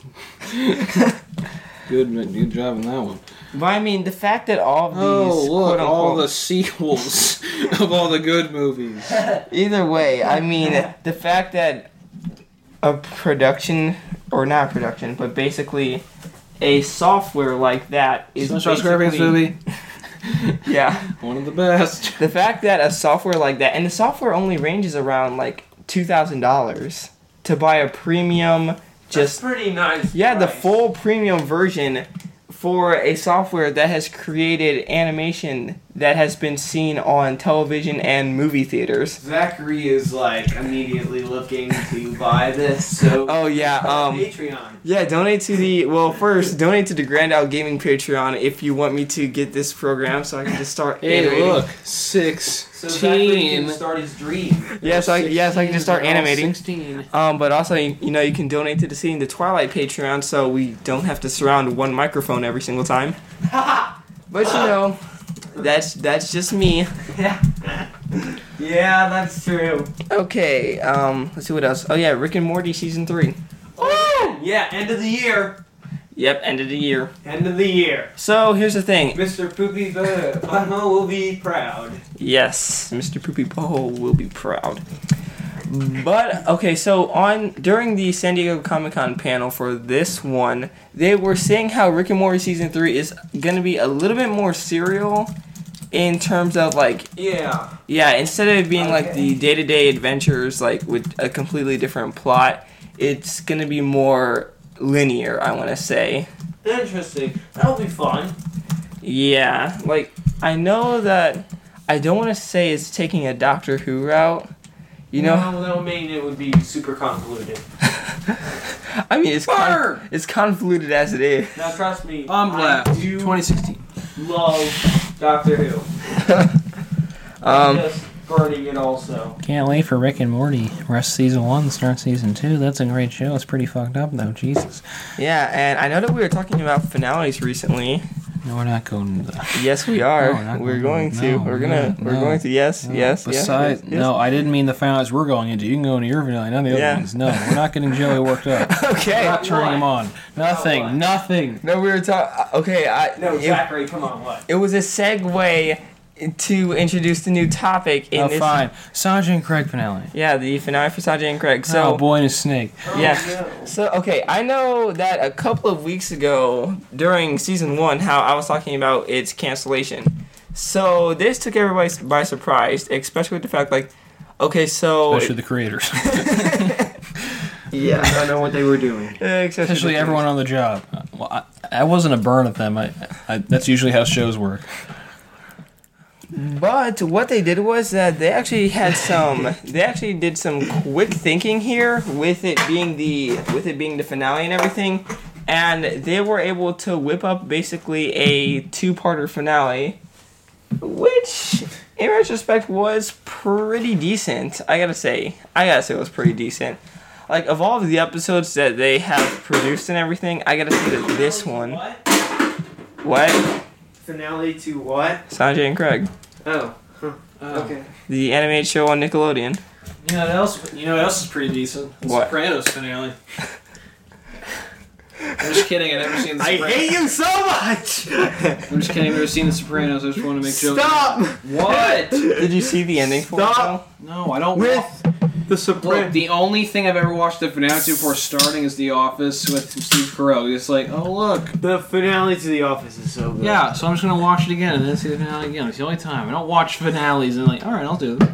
Speaker 4: good, good job on that one.
Speaker 2: But I mean, the fact that all of these,
Speaker 4: Oh look,
Speaker 2: quote
Speaker 4: all the
Speaker 2: unquote-
Speaker 4: sequels *laughs* of all the good movies.
Speaker 2: either way,
Speaker 4: *laughs*
Speaker 2: I mean, the fact that a production or not a production, but basically a software like that is
Speaker 4: Sunshine Scorpions
Speaker 2: basically-
Speaker 4: movie, *laughs*
Speaker 2: Yeah,
Speaker 4: one of the best.
Speaker 2: the fact that a software like that, and the software only ranges around like two thousand dollars to buy a premium just
Speaker 3: That's pretty nice.
Speaker 2: Yeah, the
Speaker 3: price.
Speaker 2: full premium version for a software that has created animation that has been seen on television and movie theaters.
Speaker 3: Zachary is like immediately looking to buy this, so
Speaker 2: Oh yeah, um
Speaker 3: Patreon.
Speaker 2: yeah, donate to the well first donate to the Grand Out Gaming Patreon if you want me to get this program so I can just *laughs* start
Speaker 4: Hey,
Speaker 2: animating.
Speaker 4: look,
Speaker 3: So Zachary
Speaker 4: sixteen.
Speaker 3: can start his dream.
Speaker 2: Yes, I yes, I can just start
Speaker 4: 16, they're all
Speaker 2: animating.
Speaker 4: Sixteen.
Speaker 2: Um, but also, you you know, you can donate to the Seeing the Twilight Patreon so we don't have to surround one microphone every single *laughs* time. but you know, that's that's just me.
Speaker 3: Yeah, that's true.
Speaker 2: Okay, um, let's see what else. Oh yeah, Rick and Morty season three.
Speaker 3: Yeah, end of the year.
Speaker 2: Yep, end of the year.
Speaker 3: End of the year.
Speaker 2: So here's the thing.
Speaker 3: Mr. Poopy Bu- Butthole will be proud.
Speaker 2: Yes, Mr. Poopy Poho will be proud. But okay, so on during the San Diego Comic Con panel for this one, they were saying how Rick and Morty season three is gonna be a little bit more serial in terms of like
Speaker 3: Yeah.
Speaker 2: Yeah, instead of it being like
Speaker 3: Okay.
Speaker 2: the day to day adventures, like with a completely different plot, it's gonna be more linear, I wanna say.
Speaker 3: Interesting. That'll be fun.
Speaker 2: Yeah, like, I know that I don't wanna say it's taking a Doctor Who route. You know,
Speaker 3: no, that'll mean it would be super convoluted.
Speaker 2: *laughs* I mean, it's con- it's convoluted as it is.
Speaker 3: Now, trust me.
Speaker 4: I'm
Speaker 3: I
Speaker 4: glad.
Speaker 3: do
Speaker 4: 2016.
Speaker 3: love Doctor Who. *laughs*
Speaker 2: Um,
Speaker 3: Just burning it also.
Speaker 4: Can't wait for Rick and Morty. Rest season one, start season two. That's a great show. It's pretty fucked up though. Jesus.
Speaker 2: yeah, and I know that we were talking about finales recently.
Speaker 4: No, we're not going to the.
Speaker 2: Yes, we are.
Speaker 4: No, not
Speaker 2: we're
Speaker 4: going-
Speaker 2: going to.
Speaker 4: no,
Speaker 2: we're gonna.
Speaker 4: no,
Speaker 2: we're
Speaker 4: no,
Speaker 2: going to. Yes, yes, yes,
Speaker 4: Besides,
Speaker 2: yes,
Speaker 4: no, I didn't mean the finals we're going into. You can go into your finale, none of the
Speaker 2: Yeah.
Speaker 4: other ones. No, we're not getting Joey
Speaker 2: *laughs*
Speaker 4: worked up.
Speaker 2: yes.
Speaker 4: We're
Speaker 2: *laughs* Okay.
Speaker 4: not turning him on. Nothing.
Speaker 3: Why?
Speaker 4: Nothing.
Speaker 2: No, we were talking. Okay, I.
Speaker 3: No,
Speaker 2: if-
Speaker 3: Zachary, come on,
Speaker 4: *laughs*
Speaker 3: what?
Speaker 2: It was a segue to introduce the new topic in
Speaker 4: oh,
Speaker 2: this.
Speaker 4: fine. Sanjay and Craig finale.
Speaker 2: Yeah, the finale for Sanjay and Craig. So,
Speaker 4: oh, boy and a snake.
Speaker 2: yeah.
Speaker 3: Oh, no.
Speaker 2: So, okay, I know that a couple of weeks ago during season one, how I was talking about its cancellation. So, this took everybody s- by surprise, especially with the fact, like, okay, so. *laughs*
Speaker 4: Especially the creators.
Speaker 2: yeah.
Speaker 3: I don't know what they were doing.
Speaker 2: Especially,
Speaker 4: Especially everyone on the job. Uh, Well, I, I wasn't a burn at them. I, I, that's usually how shows work.
Speaker 2: But what they did was that they actually had some. they actually did some quick thinking here with it being the with it being the finale and everything, and they were able to whip up basically a two-parter finale, which in retrospect was pretty decent. I gotta say, I gotta say it was pretty decent. Like of all of the episodes that they have produced and everything, I gotta say that this one.
Speaker 3: What?
Speaker 2: What
Speaker 3: Finale to what?
Speaker 2: Sanjay and Craig,
Speaker 3: Oh. huh,
Speaker 2: Uh,
Speaker 3: Okay.
Speaker 2: the animated show on Nickelodeon.
Speaker 3: You know what else? You know what else is pretty decent? The
Speaker 2: What?
Speaker 3: Sopranos finale.
Speaker 4: I'm just kidding. I've never seen The
Speaker 2: you so much!
Speaker 4: I'm just kidding. I've never seen The Sopranos. I just want to make What?
Speaker 2: Did you see the ending for
Speaker 3: Stop.
Speaker 4: No, I don't.
Speaker 3: With the
Speaker 4: Look,
Speaker 3: Sopranos.
Speaker 4: the only thing I've ever watched the finale to before starting is The Office with Steve Carell. It's like, oh look,
Speaker 3: The finale to The Office is so good.
Speaker 4: yeah. So I'm just gonna watch it again and then see the finale again. It's the only time I don't watch finales and like, all right, I'll do it.
Speaker 2: it?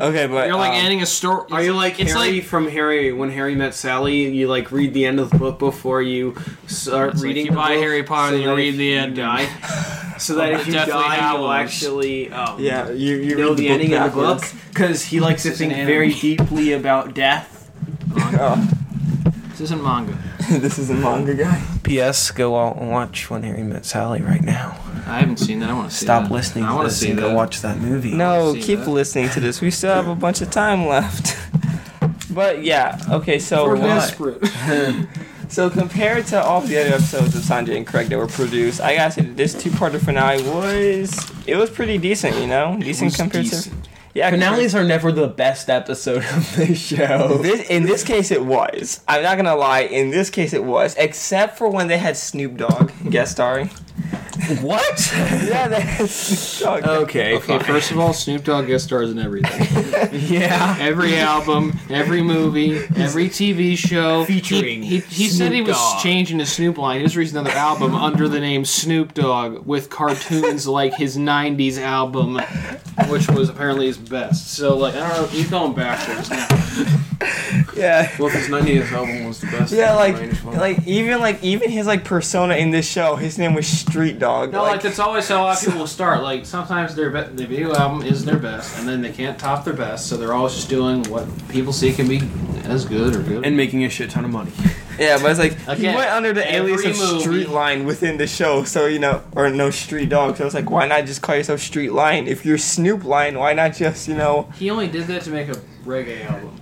Speaker 2: Okay, but
Speaker 4: You're like
Speaker 2: um,
Speaker 4: ending a story.
Speaker 3: Are you like
Speaker 4: it's
Speaker 3: Harry
Speaker 4: like
Speaker 3: from Harry when Harry met Sally? and You like read the end of the book before you start
Speaker 4: It's like
Speaker 3: reading.
Speaker 4: you
Speaker 3: the
Speaker 4: buy
Speaker 3: book,
Speaker 4: Harry Potter,
Speaker 3: so
Speaker 4: you
Speaker 3: that
Speaker 4: read
Speaker 3: if
Speaker 4: the
Speaker 3: you
Speaker 4: end. Oh,
Speaker 3: Die, *laughs* so that
Speaker 4: Of
Speaker 3: if you
Speaker 4: Deathly
Speaker 3: die, you'll
Speaker 4: Hallows.
Speaker 3: actually um,
Speaker 2: Yeah, you, you
Speaker 3: know
Speaker 2: read
Speaker 3: the,
Speaker 2: book
Speaker 3: ending of the book
Speaker 2: backwards.
Speaker 3: because he likes to
Speaker 4: This is an
Speaker 3: think
Speaker 4: anime.
Speaker 3: very deeply about death.
Speaker 2: Oh, *laughs*
Speaker 4: this isn't manga.
Speaker 2: this is a manga guy.
Speaker 3: P.S. Go out and watch When Harry Met Sally right now.
Speaker 4: I haven't seen that. I want to see. that. I want to see that.
Speaker 3: watch that movie.
Speaker 2: No,
Speaker 4: see
Speaker 2: keep
Speaker 4: that.
Speaker 2: listening to this. We still have a bunch of time left. *laughs* but yeah, okay, so
Speaker 4: We're
Speaker 2: what-
Speaker 4: desperate.
Speaker 3: *laughs*
Speaker 2: So compared to all the other episodes of Sanjay and Craig that were produced, I gotta say that this two-parter finale was it was pretty decent, you know, decent
Speaker 4: was
Speaker 2: compared
Speaker 4: decent.
Speaker 2: to yeah compared-
Speaker 3: Finales are never the best episode of the show.
Speaker 2: This, in this case, it was. I'm not gonna lie. In this case, it was, except for when they had Snoop Dogg guest starring.
Speaker 3: *laughs* What?
Speaker 2: *laughs* yeah, they had Snoop Dogg.
Speaker 3: Okay.
Speaker 4: Okay,
Speaker 3: fine.
Speaker 4: first of all, Snoop Dogg guest stars in everything.
Speaker 3: *laughs* Yeah.
Speaker 4: Every album, every movie, every TV show.
Speaker 3: Featuring
Speaker 4: He, he, he said he
Speaker 3: Snoop
Speaker 4: was
Speaker 3: Dogg.
Speaker 4: changing his Snoop line. He just released another
Speaker 3: *laughs*
Speaker 4: album under the name Snoop Dogg with cartoons like his 90s album,
Speaker 3: *laughs*
Speaker 4: which was apparently his best. So, like, I don't know. He's going backwards now.
Speaker 2: Yeah.
Speaker 3: Wilkins 90th album was the best.
Speaker 2: Yeah,
Speaker 3: range
Speaker 2: like,
Speaker 3: one.
Speaker 2: like even like even his like persona in this show, his name was Street Dog.
Speaker 4: No, like that's always how a lot of people start. Like sometimes their be- their debut album is their best, and then they can't top their best, so they're always just doing what people see can be as good or good.
Speaker 3: and making a shit ton of *laughs* money.
Speaker 2: yeah, but it's like he
Speaker 4: Again,
Speaker 2: went under the alias
Speaker 4: every
Speaker 2: of
Speaker 4: movie-
Speaker 2: Street Line within the show, so you know, or no Street Dog. So it's like, why not just call yourself Street Lion? If you're Snoop Lion, why not just you know? *laughs*
Speaker 4: he only did that to make a reggae
Speaker 3: *laughs*
Speaker 4: album,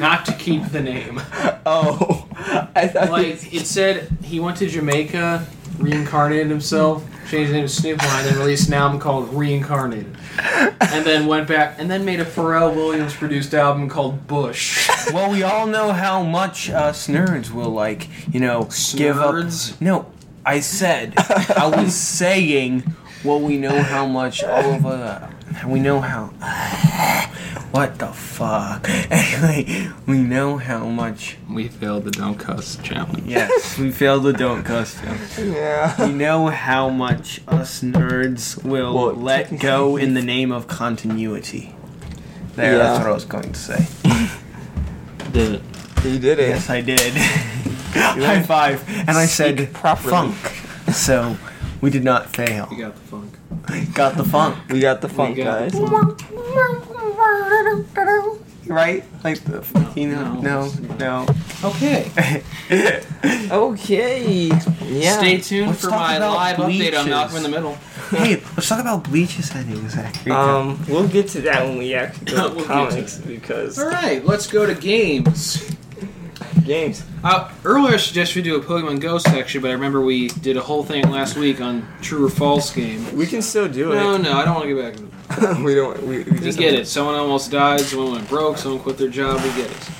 Speaker 4: not to keep the name.
Speaker 2: Oh, *laughs* I thought
Speaker 4: Like it said, he went to Jamaica, reincarnated himself, changed his name to Snoop Lion, then released an album called Reincarnated, and then went back and then made a Pharrell Williams produced album called Bush.
Speaker 3: well, we all know how much us nerds will like, you know, give
Speaker 4: Snurds?
Speaker 3: up. No, I said, I
Speaker 2: *laughs*
Speaker 3: was saying, well, we know how much all of uh, we know how. what the fuck? *laughs* Anyway, we know how much.
Speaker 4: We failed the don't cuss challenge.
Speaker 3: Yes, we failed the don't custom.
Speaker 2: yeah. *laughs*
Speaker 3: We know how much us nerds will
Speaker 2: Well,
Speaker 3: let go in the name of continuity. There,
Speaker 2: Yeah.
Speaker 3: that's what I was going to say.
Speaker 4: Did it.
Speaker 2: He did it.
Speaker 3: Yes, I did. *laughs* High five. And I said
Speaker 2: Speak properly.
Speaker 3: funk. So we did not fail.
Speaker 2: *laughs*
Speaker 4: You got the funk.
Speaker 3: Got the funk.
Speaker 2: We got the funk,
Speaker 4: got
Speaker 2: guys.
Speaker 3: Right? Like the fucking
Speaker 4: No.
Speaker 3: no, no. *laughs*
Speaker 4: Okay.
Speaker 2: Okay. Yeah.
Speaker 4: Stay tuned
Speaker 3: Let's
Speaker 4: for
Speaker 3: talk
Speaker 4: my
Speaker 3: about
Speaker 4: live update on
Speaker 3: bleaches.
Speaker 4: Malcolm in the Middle.
Speaker 3: hey, let's talk about bleaches ending, Zachary.
Speaker 2: Um, we'll get to that when we
Speaker 4: *laughs*
Speaker 2: actually go to
Speaker 4: We'll get to
Speaker 2: comics because
Speaker 4: All right, let's go to games.
Speaker 2: games.
Speaker 4: Uh, earlier, I suggested we do a Pokemon Go section, but I remember we did a whole thing last week on true or false game.
Speaker 2: We can still do *laughs*
Speaker 4: No, no, I don't want to get back. into that.
Speaker 2: it. we don't. We, we
Speaker 4: We
Speaker 2: just
Speaker 4: get it. Someone almost died. Someone went broke. Someone quit their job. We
Speaker 2: *laughs*
Speaker 4: get it.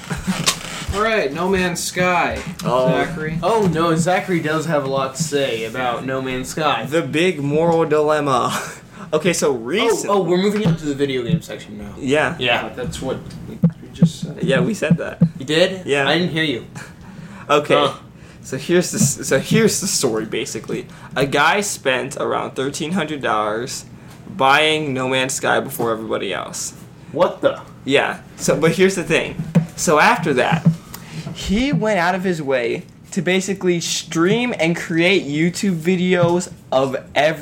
Speaker 4: All right, No Man's Sky.
Speaker 2: Oh.
Speaker 4: Zachary.
Speaker 3: oh no, Zachary does have a lot to say about No Man's Sky.
Speaker 2: The big moral dilemma. *laughs* okay, so
Speaker 4: Oh,
Speaker 2: recent.
Speaker 3: Oh, we're moving on to the video game section now.
Speaker 2: Yeah.
Speaker 4: Uh, that's what we we just said.
Speaker 2: Yeah, we said that.
Speaker 3: You did?
Speaker 2: Yeah. I
Speaker 3: didn't hear you.
Speaker 2: Okay.
Speaker 3: Huh.
Speaker 2: So here's the so here's the story basically. A guy spent around thirteen hundred dollars buying No Man's Sky before everybody else.
Speaker 3: What the?
Speaker 2: Yeah. So, but here's the thing. So after that, he went out of his way to basically stream and create YouTube videos of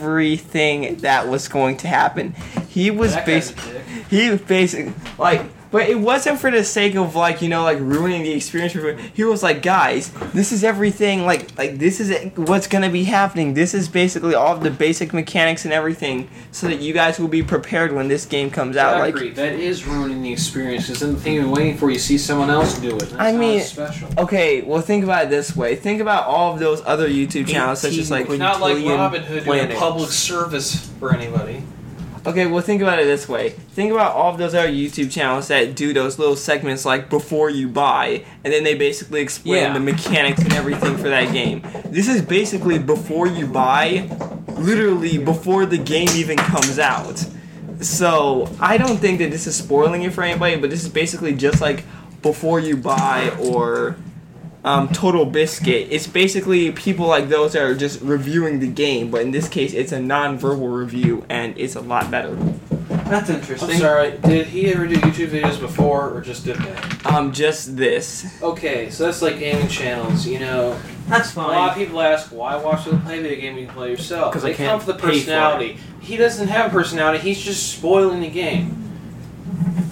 Speaker 2: everything that was going to happen. He was
Speaker 4: That guy's a
Speaker 2: basically
Speaker 4: dick.
Speaker 2: he was basically like but it wasn't for the sake of like you know like ruining the experience for everyone. he was like guys this is everything like like this is it- what's gonna be happening this is basically all of the basic mechanics and everything so that you guys will be prepared when this game comes out like
Speaker 4: Zachary, that is ruining the experience. Because then the thing you're waiting for, you see someone else do it. That's
Speaker 2: I
Speaker 4: not
Speaker 2: mean,
Speaker 4: special.
Speaker 2: Okay, well think about it this way. Think about all of those other YouTube channels such as like
Speaker 4: It's not like
Speaker 2: Quintillion
Speaker 4: Robin Hood doing a
Speaker 2: Planet.
Speaker 4: public service for anybody.
Speaker 2: Okay, well think about it this way. Think about all of those other YouTube channels that do those little segments like before you buy and then they basically explain
Speaker 4: Yeah.
Speaker 2: the mechanics and everything for that game. This is basically before you buy, literally before the game even comes out. So, I don't think that this is spoiling it for anybody, but this is basically just like before you buy or um, Total Biscuit. It's basically people like those that are just reviewing the game, but in this case, it's a non-verbal review, and it's a lot better.
Speaker 3: That's
Speaker 4: I'm
Speaker 3: interesting.
Speaker 4: sorry. Did he ever do YouTube videos before, or just did that?
Speaker 2: Um, just this.
Speaker 4: Okay, so that's like gaming channels. You know,
Speaker 3: That's
Speaker 4: a lot of people ask, "Why watch people play video game? You can play yourself."
Speaker 3: 'Cause I
Speaker 4: they
Speaker 3: can't
Speaker 4: come for the
Speaker 3: pay for it.
Speaker 4: personality. He doesn't have a personality. He's just spoiling the game.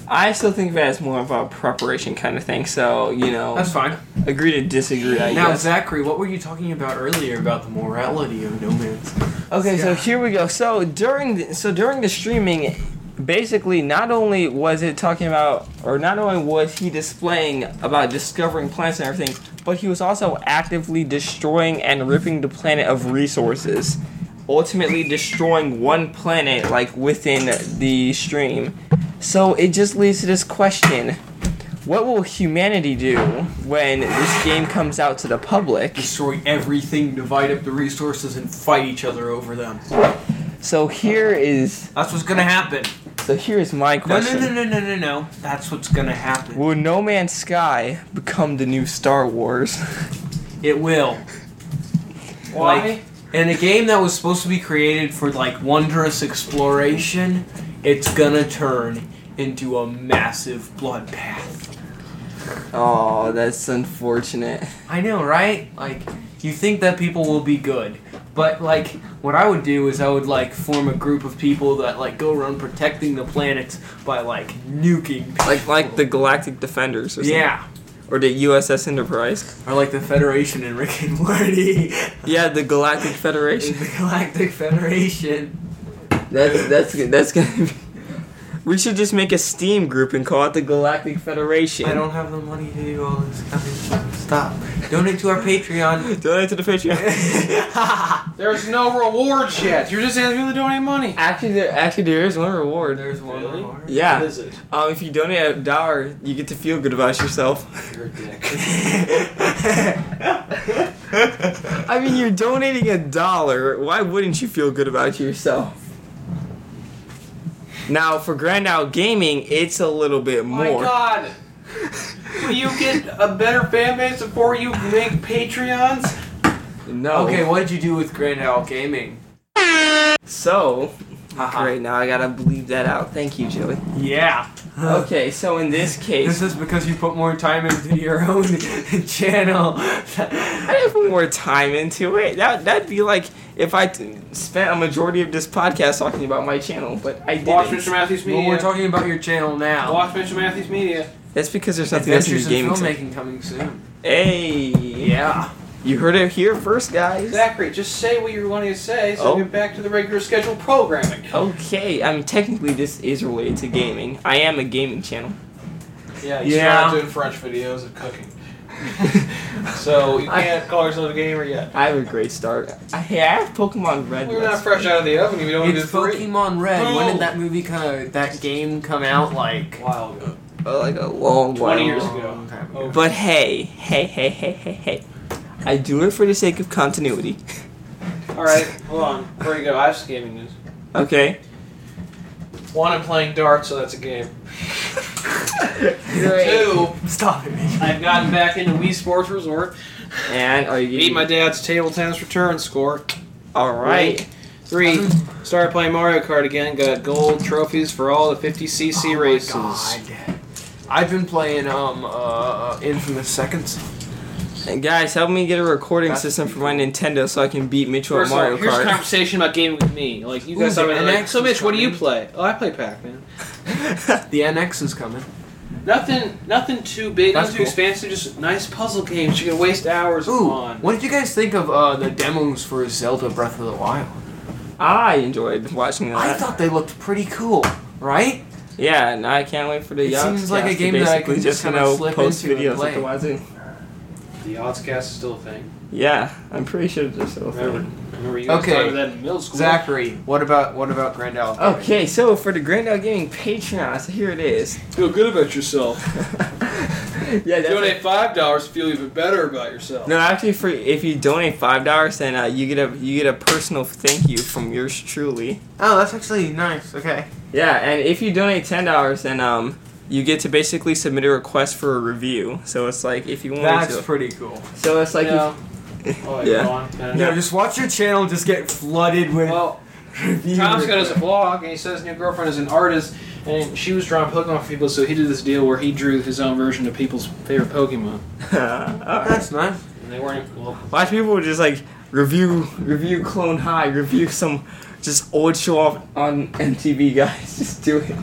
Speaker 2: I still think of it as more of a preparation kind of thing. So you know,
Speaker 3: That's fine.
Speaker 2: agree to disagree. I
Speaker 3: Now,
Speaker 2: guess.
Speaker 3: Zachary, what were you talking about earlier about the morality of No Man's
Speaker 2: Okay, so here we go. So during the, so during the streaming, basically, not only was it talking about, or not only was he displaying about discovering planets and everything, but he was also actively destroying and ripping the planet of resources, ultimately destroying one planet like within the stream. So it just leads to this question. What will humanity do when this game comes out to the public?
Speaker 3: Destroy everything, divide up the resources, and fight each other over them.
Speaker 2: So here is
Speaker 3: That's what's gonna happen.
Speaker 2: so here is my
Speaker 3: No,
Speaker 2: question.
Speaker 3: no, no, no, no, no, no. That's what's gonna happen.
Speaker 2: Will No Man's Sky become the new Star Wars?
Speaker 3: It will. Like, in a game that was supposed to be created for like wondrous exploration, it's gonna turn into a massive bloodbath.
Speaker 2: Oh, that's unfortunate.
Speaker 3: I know, right? Like, you think that people will be good, but like, what I would do is I would like form a group of people that like go around protecting the planet by like nuking. People.
Speaker 2: Like like the Galactic Defenders or something.
Speaker 3: yeah,
Speaker 2: Or the USS Enterprise.
Speaker 3: or like the Federation and Rick and Morty,
Speaker 2: Yeah, the Galactic Federation.
Speaker 3: the *laughs* Galactic Federation.
Speaker 2: *laughs* That's that's good. That's gonna be. *laughs* We should just make a Steam group and call it the Galactic Federation.
Speaker 3: I don't have the money to do all this kind of stuff. Stop. Donate to our
Speaker 2: *laughs*
Speaker 3: Patreon.
Speaker 2: donate to the Patreon.
Speaker 4: There's no rewards yet. *laughs* You're just asking me to donate money.
Speaker 2: *laughs* Actually, there actually there is one reward.
Speaker 3: There's one
Speaker 4: Really?
Speaker 3: more.
Speaker 2: Yeah.
Speaker 4: What is it?
Speaker 2: Um, if you donate a dollar, you get to feel good about yourself.
Speaker 4: You're a dick.
Speaker 2: I mean, you're donating a dollar. Why wouldn't you feel good about yourself? Now, for Grand Out Gaming, it's a little bit
Speaker 4: My
Speaker 2: more.
Speaker 4: God. Will you get a better fan base before you make Patreons?
Speaker 2: No.
Speaker 3: Okay, what did you do with Grand Owl Gaming?
Speaker 2: So,
Speaker 3: Haha.
Speaker 2: right now I gotta bleed that out. Thank you, Joey.
Speaker 3: Yeah.
Speaker 2: Okay, so in this
Speaker 3: This
Speaker 2: case,
Speaker 3: is because you put more time into your *laughs* own channel.
Speaker 2: I didn't put more time into it. That that'd be like if I t- spent a majority of this podcast talking about my channel, but I
Speaker 4: Watch
Speaker 2: didn't.
Speaker 4: Mr. Matthews
Speaker 3: Well, we're
Speaker 4: Media.
Speaker 3: talking about your channel now.
Speaker 4: Watch Mr. Matthews Media.
Speaker 2: That's because there's nothing else to be
Speaker 3: Adventures in
Speaker 2: gaming. To.
Speaker 3: filmmaking coming soon.
Speaker 2: Hey,
Speaker 3: Yeah.
Speaker 2: you heard it here first, guys.
Speaker 4: Zachary, just say what you wanting to say so
Speaker 2: Oh.
Speaker 4: we get back to the regular scheduled programming.
Speaker 3: Oh.
Speaker 2: Okay, I mean technically this is related to gaming. I am a gaming channel. *laughs*
Speaker 4: Yeah,
Speaker 3: you Yeah. started
Speaker 4: doing French videos of cooking. so you can't call yourself a gamer yet.
Speaker 2: I have a great start. I, hey, I have Pokemon Red.
Speaker 4: We're not
Speaker 2: Let's
Speaker 4: fresh out of the oven. We don't even
Speaker 3: It's
Speaker 4: free.
Speaker 3: Pokemon Red. When
Speaker 4: Boom.
Speaker 3: did that movie kind of that game come out?
Speaker 4: *laughs*
Speaker 3: Like
Speaker 4: While ago.
Speaker 2: Play, like a long while.
Speaker 4: 20 years
Speaker 3: a
Speaker 4: ago.
Speaker 3: long time
Speaker 4: Oh.
Speaker 2: But hey, hey, hey, hey, hey, hey. I do it for the sake of continuity. *laughs*
Speaker 4: All right, hold on. Before you go, I have some gaming news.
Speaker 2: Okay.
Speaker 4: One, I'm playing darts, so that's a game. Two,
Speaker 3: Stop it, man.
Speaker 4: I've gotten back into Wii Sports Resort.
Speaker 2: And are you
Speaker 4: Beat my dad's table tennis return score.
Speaker 2: All right.
Speaker 4: *laughs* Three, started playing Mario Kart again. Got gold trophies for all the 50cc
Speaker 3: Oh my
Speaker 4: races.
Speaker 3: God. I've been playing um uh Infamous Seconds.
Speaker 2: And guys, help me get a recording
Speaker 3: That's-
Speaker 2: system for my Nintendo so I can beat Mitch at
Speaker 4: First of all,
Speaker 2: Mario
Speaker 4: here's a
Speaker 2: Kart.
Speaker 4: conversation about gaming with me. Like you
Speaker 3: Ooh,
Speaker 4: guys
Speaker 3: the
Speaker 4: are like,
Speaker 3: NX
Speaker 4: so Mitch, what do you
Speaker 3: coming.
Speaker 4: play? Oh, I play Pac-Man.
Speaker 3: The NX is coming.
Speaker 4: Nothing, nothing too big,
Speaker 3: That's cool.
Speaker 4: nothing too expansive. Just nice puzzle games you can waste hours
Speaker 3: Ooh,
Speaker 4: on.
Speaker 3: what did you guys think of uh, the demos for Zelda Breath of the Wild?
Speaker 2: *laughs* I enjoyed watching that.
Speaker 3: I thought they looked pretty cool, right?
Speaker 2: yeah, and I can't wait for the
Speaker 3: It
Speaker 2: Yacht
Speaker 3: seems like a
Speaker 2: Cast to
Speaker 3: game that I
Speaker 2: basically
Speaker 3: can
Speaker 2: just
Speaker 3: just kinda
Speaker 2: you know,
Speaker 3: slip
Speaker 2: post
Speaker 3: into and
Speaker 2: videos at the wazoo.
Speaker 4: The odds cast is still a thing.
Speaker 2: Yeah, I'm pretty sure there's still a
Speaker 4: Remember,
Speaker 2: thing.
Speaker 4: remember you guys
Speaker 3: Okay.
Speaker 4: okay. talked about that in middle school.
Speaker 3: Zachary, what about what about Grand Owl?
Speaker 2: Okay, so for the Grand Ole Gaming Patreon, so here it is. *laughs*
Speaker 4: feel good about yourself.
Speaker 2: Yeah, that's
Speaker 4: five dollars, feel even better about yourself.
Speaker 2: No, actually, for if you donate five dollars, then uh, you get a you get a personal thank you from yours truly.
Speaker 3: Oh, that's actually nice. Okay.
Speaker 2: Yeah, and if you donate ten dollars, then um, you get to basically submit a request for a review. So it's like if you want
Speaker 3: That's
Speaker 2: to.
Speaker 3: pretty cool.
Speaker 2: so it's like
Speaker 4: yeah.
Speaker 2: *laughs*
Speaker 4: Oh,
Speaker 2: Yeah.
Speaker 4: go on. No, no,
Speaker 3: No,
Speaker 4: no.
Speaker 3: just watch your channel just get flooded
Speaker 2: *laughs*
Speaker 3: with
Speaker 4: Well,
Speaker 3: reviews.
Speaker 4: Tom's got his blog, and he says his new girlfriend is an artist, and she was drawing Pokemon for people, so he did this deal where he drew his own version of people's favorite Pokemon.
Speaker 2: *laughs* you, Alright.
Speaker 3: That's nice.
Speaker 4: And they weren't. Well,
Speaker 2: watch people would just like review review Clone High, review some just old show off on MTV guys. *laughs* Just do it.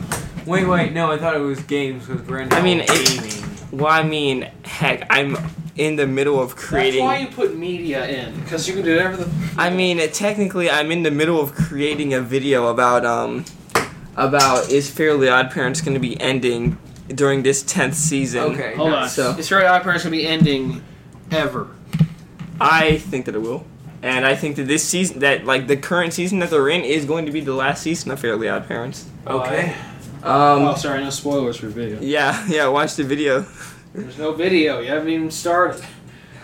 Speaker 3: Wait, wait, no, I thought it was games because Grand
Speaker 2: I
Speaker 3: Owl
Speaker 2: mean, it-
Speaker 3: gaming.
Speaker 2: Well, I mean, heck, I'm in the middle of creating.
Speaker 4: That's why you put media in, because you can do whatever the.
Speaker 2: I mean, it, technically, I'm in the middle of creating a video about um about is Fairly Odd Parents going to be ending during this tenth season.
Speaker 3: Okay.
Speaker 4: Hold on.
Speaker 2: So-
Speaker 4: It's very opera is gonna be ending, ever.
Speaker 2: I think that it will, and I think that this season, that like the current season that they're in, is going to be the last season of Fairly Odd Parents.
Speaker 3: Okay.
Speaker 4: oh,
Speaker 2: Um.
Speaker 4: sorry, no spoilers for video.
Speaker 2: Yeah, yeah. Watch the video.
Speaker 4: There's no video. You haven't even started.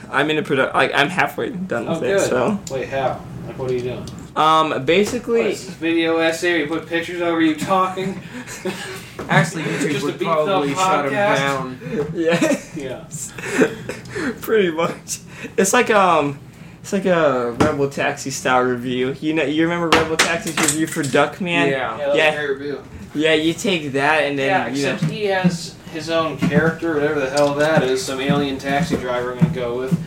Speaker 2: I'm in a product. Like I'm halfway done with
Speaker 4: Oh,
Speaker 2: it.
Speaker 4: good.
Speaker 2: So,
Speaker 4: Wait, how? Like, what are you doing?
Speaker 2: um,
Speaker 4: What
Speaker 2: basically,
Speaker 4: is this video essay where you put pictures over you talking?
Speaker 3: Actually, YouTube
Speaker 4: Just a
Speaker 3: would
Speaker 4: beefed up
Speaker 3: probably shut him
Speaker 4: podcast.
Speaker 3: down.
Speaker 2: *laughs* yeah.
Speaker 4: *laughs* yeah.
Speaker 2: Pretty much. It's like um it's like a Rebel Taxi style review. You know you remember Rebel Taxi's review for Duckman?
Speaker 3: Yeah.
Speaker 4: Yeah, that was
Speaker 2: Yeah.
Speaker 4: a great review.
Speaker 2: Yeah, you take that and then
Speaker 4: yeah,
Speaker 2: you know,
Speaker 4: except he has his own character, whatever the hell that is, some alien taxi driver I'm gonna go with.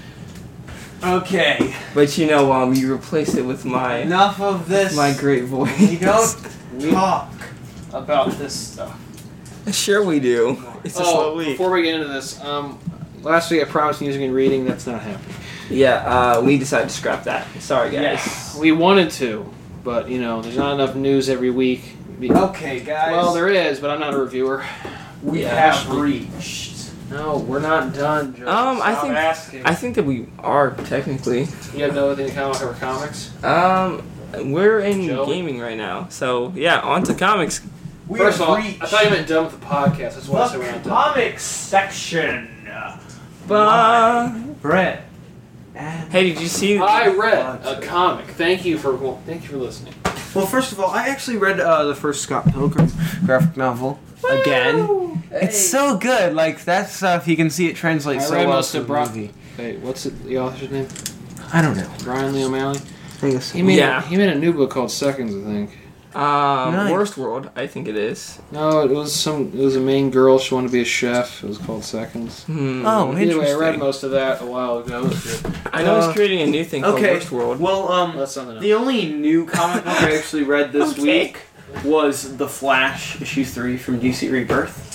Speaker 3: Okay,
Speaker 2: But you know, um, you replaced it with my
Speaker 4: Enough of this.
Speaker 2: my great voice.
Speaker 4: We don't talk about this stuff.
Speaker 2: *laughs* Sure, we do. It's a slow
Speaker 4: Oh,
Speaker 2: week.
Speaker 4: before we get into this, um, last week I promised music and reading. That's not happening.
Speaker 2: Yeah, uh, we decided to scrap that. Sorry, guys.
Speaker 3: yes.
Speaker 4: We wanted to, but you know, there's not enough news every week. Be-
Speaker 3: Okay, guys.
Speaker 4: Well, there is, but I'm not a reviewer.
Speaker 3: we
Speaker 2: Yeah,
Speaker 3: have
Speaker 2: actually-
Speaker 3: reached.
Speaker 4: No, we're not done. Joe.
Speaker 2: Um, I
Speaker 4: Stop
Speaker 2: think-
Speaker 4: asking.
Speaker 2: I think that we are technically.
Speaker 4: you have no other thing to comment over comics.
Speaker 2: Um, we're in
Speaker 4: Joe?
Speaker 2: gaming right now, so yeah, on to comics.
Speaker 3: We
Speaker 4: First of
Speaker 3: have
Speaker 4: all,
Speaker 3: reached
Speaker 4: I thought you meant done with the podcast. That's why I said we're
Speaker 3: the
Speaker 4: not done.
Speaker 3: comics section.
Speaker 2: Bye.
Speaker 3: Brett. And
Speaker 2: Hey, did you see?
Speaker 4: I read a comic. Thank you for thank you for listening.
Speaker 3: well, first of all, I actually read uh, the first Scott Pilgrim graphic novel again. It's so good. Like that stuff, you can see it translate
Speaker 4: I
Speaker 3: so
Speaker 4: read
Speaker 3: well
Speaker 4: most
Speaker 3: to
Speaker 4: of
Speaker 3: the
Speaker 4: Bro-
Speaker 3: movie.
Speaker 4: Hey, what's it, the author's name?
Speaker 3: I don't know.
Speaker 4: Brian Lee O'Malley.
Speaker 3: I think it's
Speaker 4: He made
Speaker 2: Yeah.
Speaker 4: he made a new book called Seconds, I think.
Speaker 2: Um,
Speaker 3: Nice.
Speaker 2: Worst World, I think it is.
Speaker 4: No, it was some. It was a main girl. She wanted to be a chef. It was called Seconds.
Speaker 2: Hmm.
Speaker 3: Oh,
Speaker 4: anyway, I
Speaker 3: interesting.
Speaker 4: read most of that a while ago.
Speaker 2: I know
Speaker 3: uh,
Speaker 2: he's creating a new thing
Speaker 3: okay.
Speaker 2: called Worst World.
Speaker 3: Well, um,
Speaker 4: That's something else.
Speaker 3: the only new comic book I actually read this
Speaker 2: Okay.
Speaker 3: week was The Flash issue three from DC Rebirth.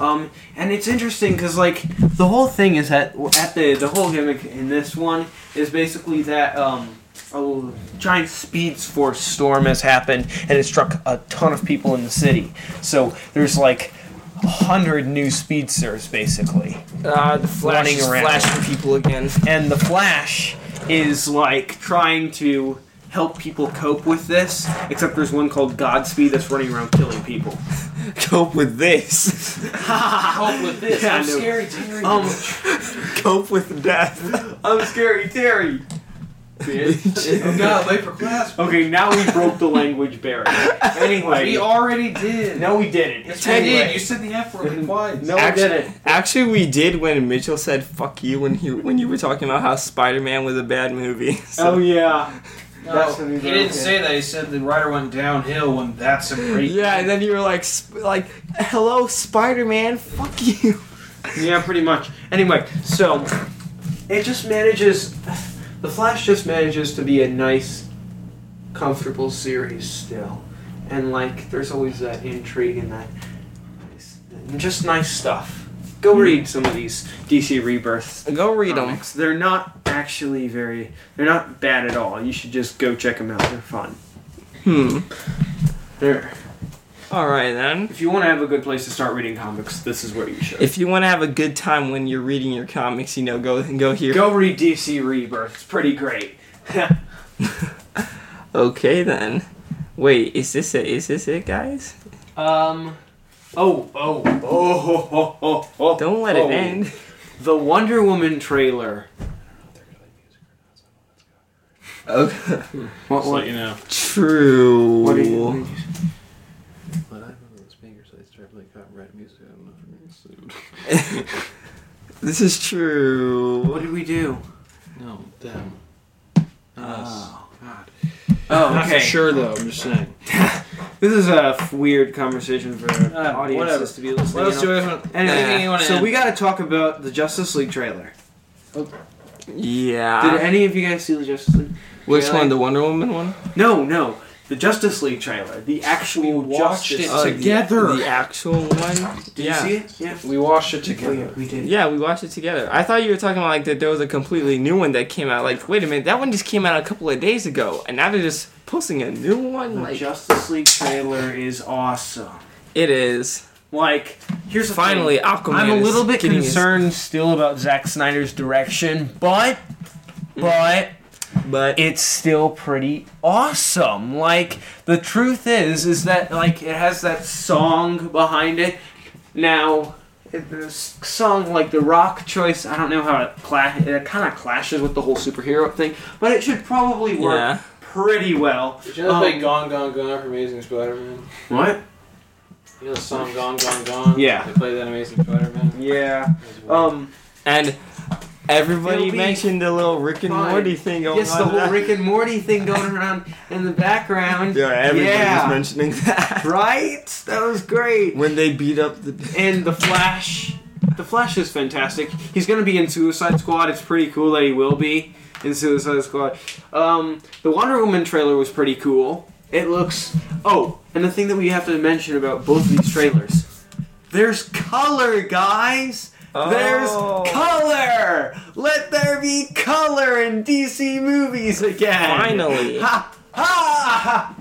Speaker 3: Um, and it's interesting because like the whole thing is that at the the whole gimmick in this one is basically that um. A giant speeds force storm has happened and it struck a ton of people in the city. So there's like a hundred new speedsters basically.
Speaker 2: Uh, the Flash
Speaker 3: running
Speaker 2: is
Speaker 3: around.
Speaker 2: flashing people again.
Speaker 3: and the Flash is like trying to help people cope with this. Except there's one called Godspeed that's running around killing people.
Speaker 2: *laughs* Cope with this.
Speaker 4: Cope with *laughs* this.
Speaker 3: Yeah, I
Speaker 4: I'm
Speaker 3: know.
Speaker 4: scary, Terry.
Speaker 2: *laughs*
Speaker 3: Um,
Speaker 4: *laughs*
Speaker 2: Cope with death.
Speaker 3: I'm scary Terry.
Speaker 2: *laughs*
Speaker 4: I'm not late Oh, for *laughs* class.
Speaker 3: Okay, now we broke the language barrier.
Speaker 4: We
Speaker 3: Anyway,
Speaker 4: already did.
Speaker 3: no, we didn't.
Speaker 4: Yes, we
Speaker 2: Anyway.
Speaker 4: did. You said the
Speaker 3: *laughs*
Speaker 4: F word twice.
Speaker 3: No, we
Speaker 2: Actually-
Speaker 3: didn't.
Speaker 2: Actually, we did when Mitchell said "fuck you" when he when you were talking about how Spider Man was a bad movie. *laughs*
Speaker 3: Oh
Speaker 2: So-
Speaker 3: yeah.
Speaker 4: No,
Speaker 3: That's what
Speaker 4: he
Speaker 3: we
Speaker 4: didn't
Speaker 3: did.
Speaker 4: say that. He said the writer went downhill when that's a great.
Speaker 2: yeah, and then you were like, sp- like, "Hello, Spider Man, fuck you."
Speaker 3: Yeah, pretty much. Anyway, so it just manages. The Flash just manages to be a nice, comfortable series still, and like there's always that intrigue and that just nice stuff. Go read some of these DC Rebirth
Speaker 2: Go Hmm. read them.
Speaker 3: comics. They're not actually very. They're not bad at all. You should just go check them out. They're fun.
Speaker 2: Hmm.
Speaker 3: They're,
Speaker 2: All right then.
Speaker 3: if you want to have a good place to start reading comics, this is where you should.
Speaker 2: If you want to have a good time when you're reading your comics, you know, go go here.
Speaker 3: go read DC Rebirth. It's pretty great.
Speaker 2: Okay then. Wait, is this it? Is this it, guys?
Speaker 3: Um. Oh, oh, oh, ho, ho, ho, ho.
Speaker 2: Don't let
Speaker 3: Oh.
Speaker 2: it end.
Speaker 3: The Wonder Woman trailer.
Speaker 2: Okay.
Speaker 3: What?
Speaker 4: you know.
Speaker 2: *laughs* True.
Speaker 3: What do you?
Speaker 4: But I remember those fingers. I started playing copyright music. I don't know if
Speaker 2: *laughs*
Speaker 4: I'm
Speaker 2: This is true.
Speaker 3: What did we do?
Speaker 4: No, them.
Speaker 3: Oh.
Speaker 4: God.
Speaker 3: Oh,
Speaker 4: Not
Speaker 3: okay.
Speaker 4: for sure though. Ah. I'm just saying.
Speaker 3: This is a f- weird conversation for
Speaker 4: Uh,
Speaker 3: audiences
Speaker 4: whatever.
Speaker 3: to be listening.
Speaker 4: What else
Speaker 3: you
Speaker 4: do
Speaker 3: know?
Speaker 4: I want?
Speaker 3: Anyway,
Speaker 4: Anything you want to
Speaker 3: so
Speaker 4: add?
Speaker 3: we got to talk about the Justice League trailer.
Speaker 2: Yeah.
Speaker 4: Ah.
Speaker 3: Did any of you guys see the Justice League?
Speaker 2: Which
Speaker 4: Really?
Speaker 2: one? The Wonder Woman one?
Speaker 3: No, no. The Justice League trailer. The actual
Speaker 4: We watched
Speaker 3: Justice.
Speaker 4: it
Speaker 2: Uh, the-
Speaker 4: together.
Speaker 2: The, actual one.
Speaker 3: Did
Speaker 2: yeah.
Speaker 3: you see it? Yeah.
Speaker 4: we watched it
Speaker 3: Oh,
Speaker 4: together.
Speaker 3: yeah, we did.
Speaker 2: Yeah, we watched it together. I thought you were talking about like that there was a completely new one that came out. Like, wait a minute, that one just came out a couple of days ago, and now they're just posting a new one.
Speaker 3: The
Speaker 2: Like,
Speaker 3: Justice League trailer is awesome.
Speaker 2: it is
Speaker 3: Like, here's the thing.
Speaker 2: finally Aquaman.
Speaker 3: I'm a
Speaker 2: is
Speaker 3: little bit
Speaker 2: getting his-
Speaker 3: concerned still about Zack Snyder's direction, but but
Speaker 2: but
Speaker 3: it's still pretty awesome. Like the truth is is that like it has that song behind it. Now it- the s- song like the rock choice, I don't know how it cla- it kind of clashes with the whole superhero thing, but it should probably work
Speaker 2: yeah,
Speaker 3: pretty well.
Speaker 4: Did you know they play
Speaker 3: Um,
Speaker 4: Gone Gone Gone from Amazing Spider-Man?
Speaker 3: What?
Speaker 4: You know the song Gone Gone Gone?
Speaker 3: Yeah. um,
Speaker 4: They play that Amazing Spider-Man.
Speaker 3: Yeah. Um
Speaker 2: and Everybody
Speaker 3: It'll be
Speaker 2: mentioned the little Rick and
Speaker 3: fine.
Speaker 2: Morty thing going
Speaker 3: Yes,
Speaker 2: on.
Speaker 3: the whole
Speaker 2: now.
Speaker 3: Rick and Morty thing going around in the background.
Speaker 2: *laughs* Yeah,
Speaker 1: everybody
Speaker 3: Yeah.
Speaker 1: was
Speaker 3: *laughs*
Speaker 1: mentioning that.
Speaker 3: Right? That was great.
Speaker 1: When they beat up the.
Speaker 3: And the Flash, the Flash is fantastic. He's gonna be in Suicide Squad. It's pretty cool that he will be in Suicide Squad. Um, the Wonder Woman trailer was pretty cool. It looks. Oh, and the thing that we have to mention about both of these trailers, there's color, guys. There's
Speaker 1: Oh.
Speaker 3: color. Let there be color in DC movies again.
Speaker 2: Finally.
Speaker 3: Ha ha!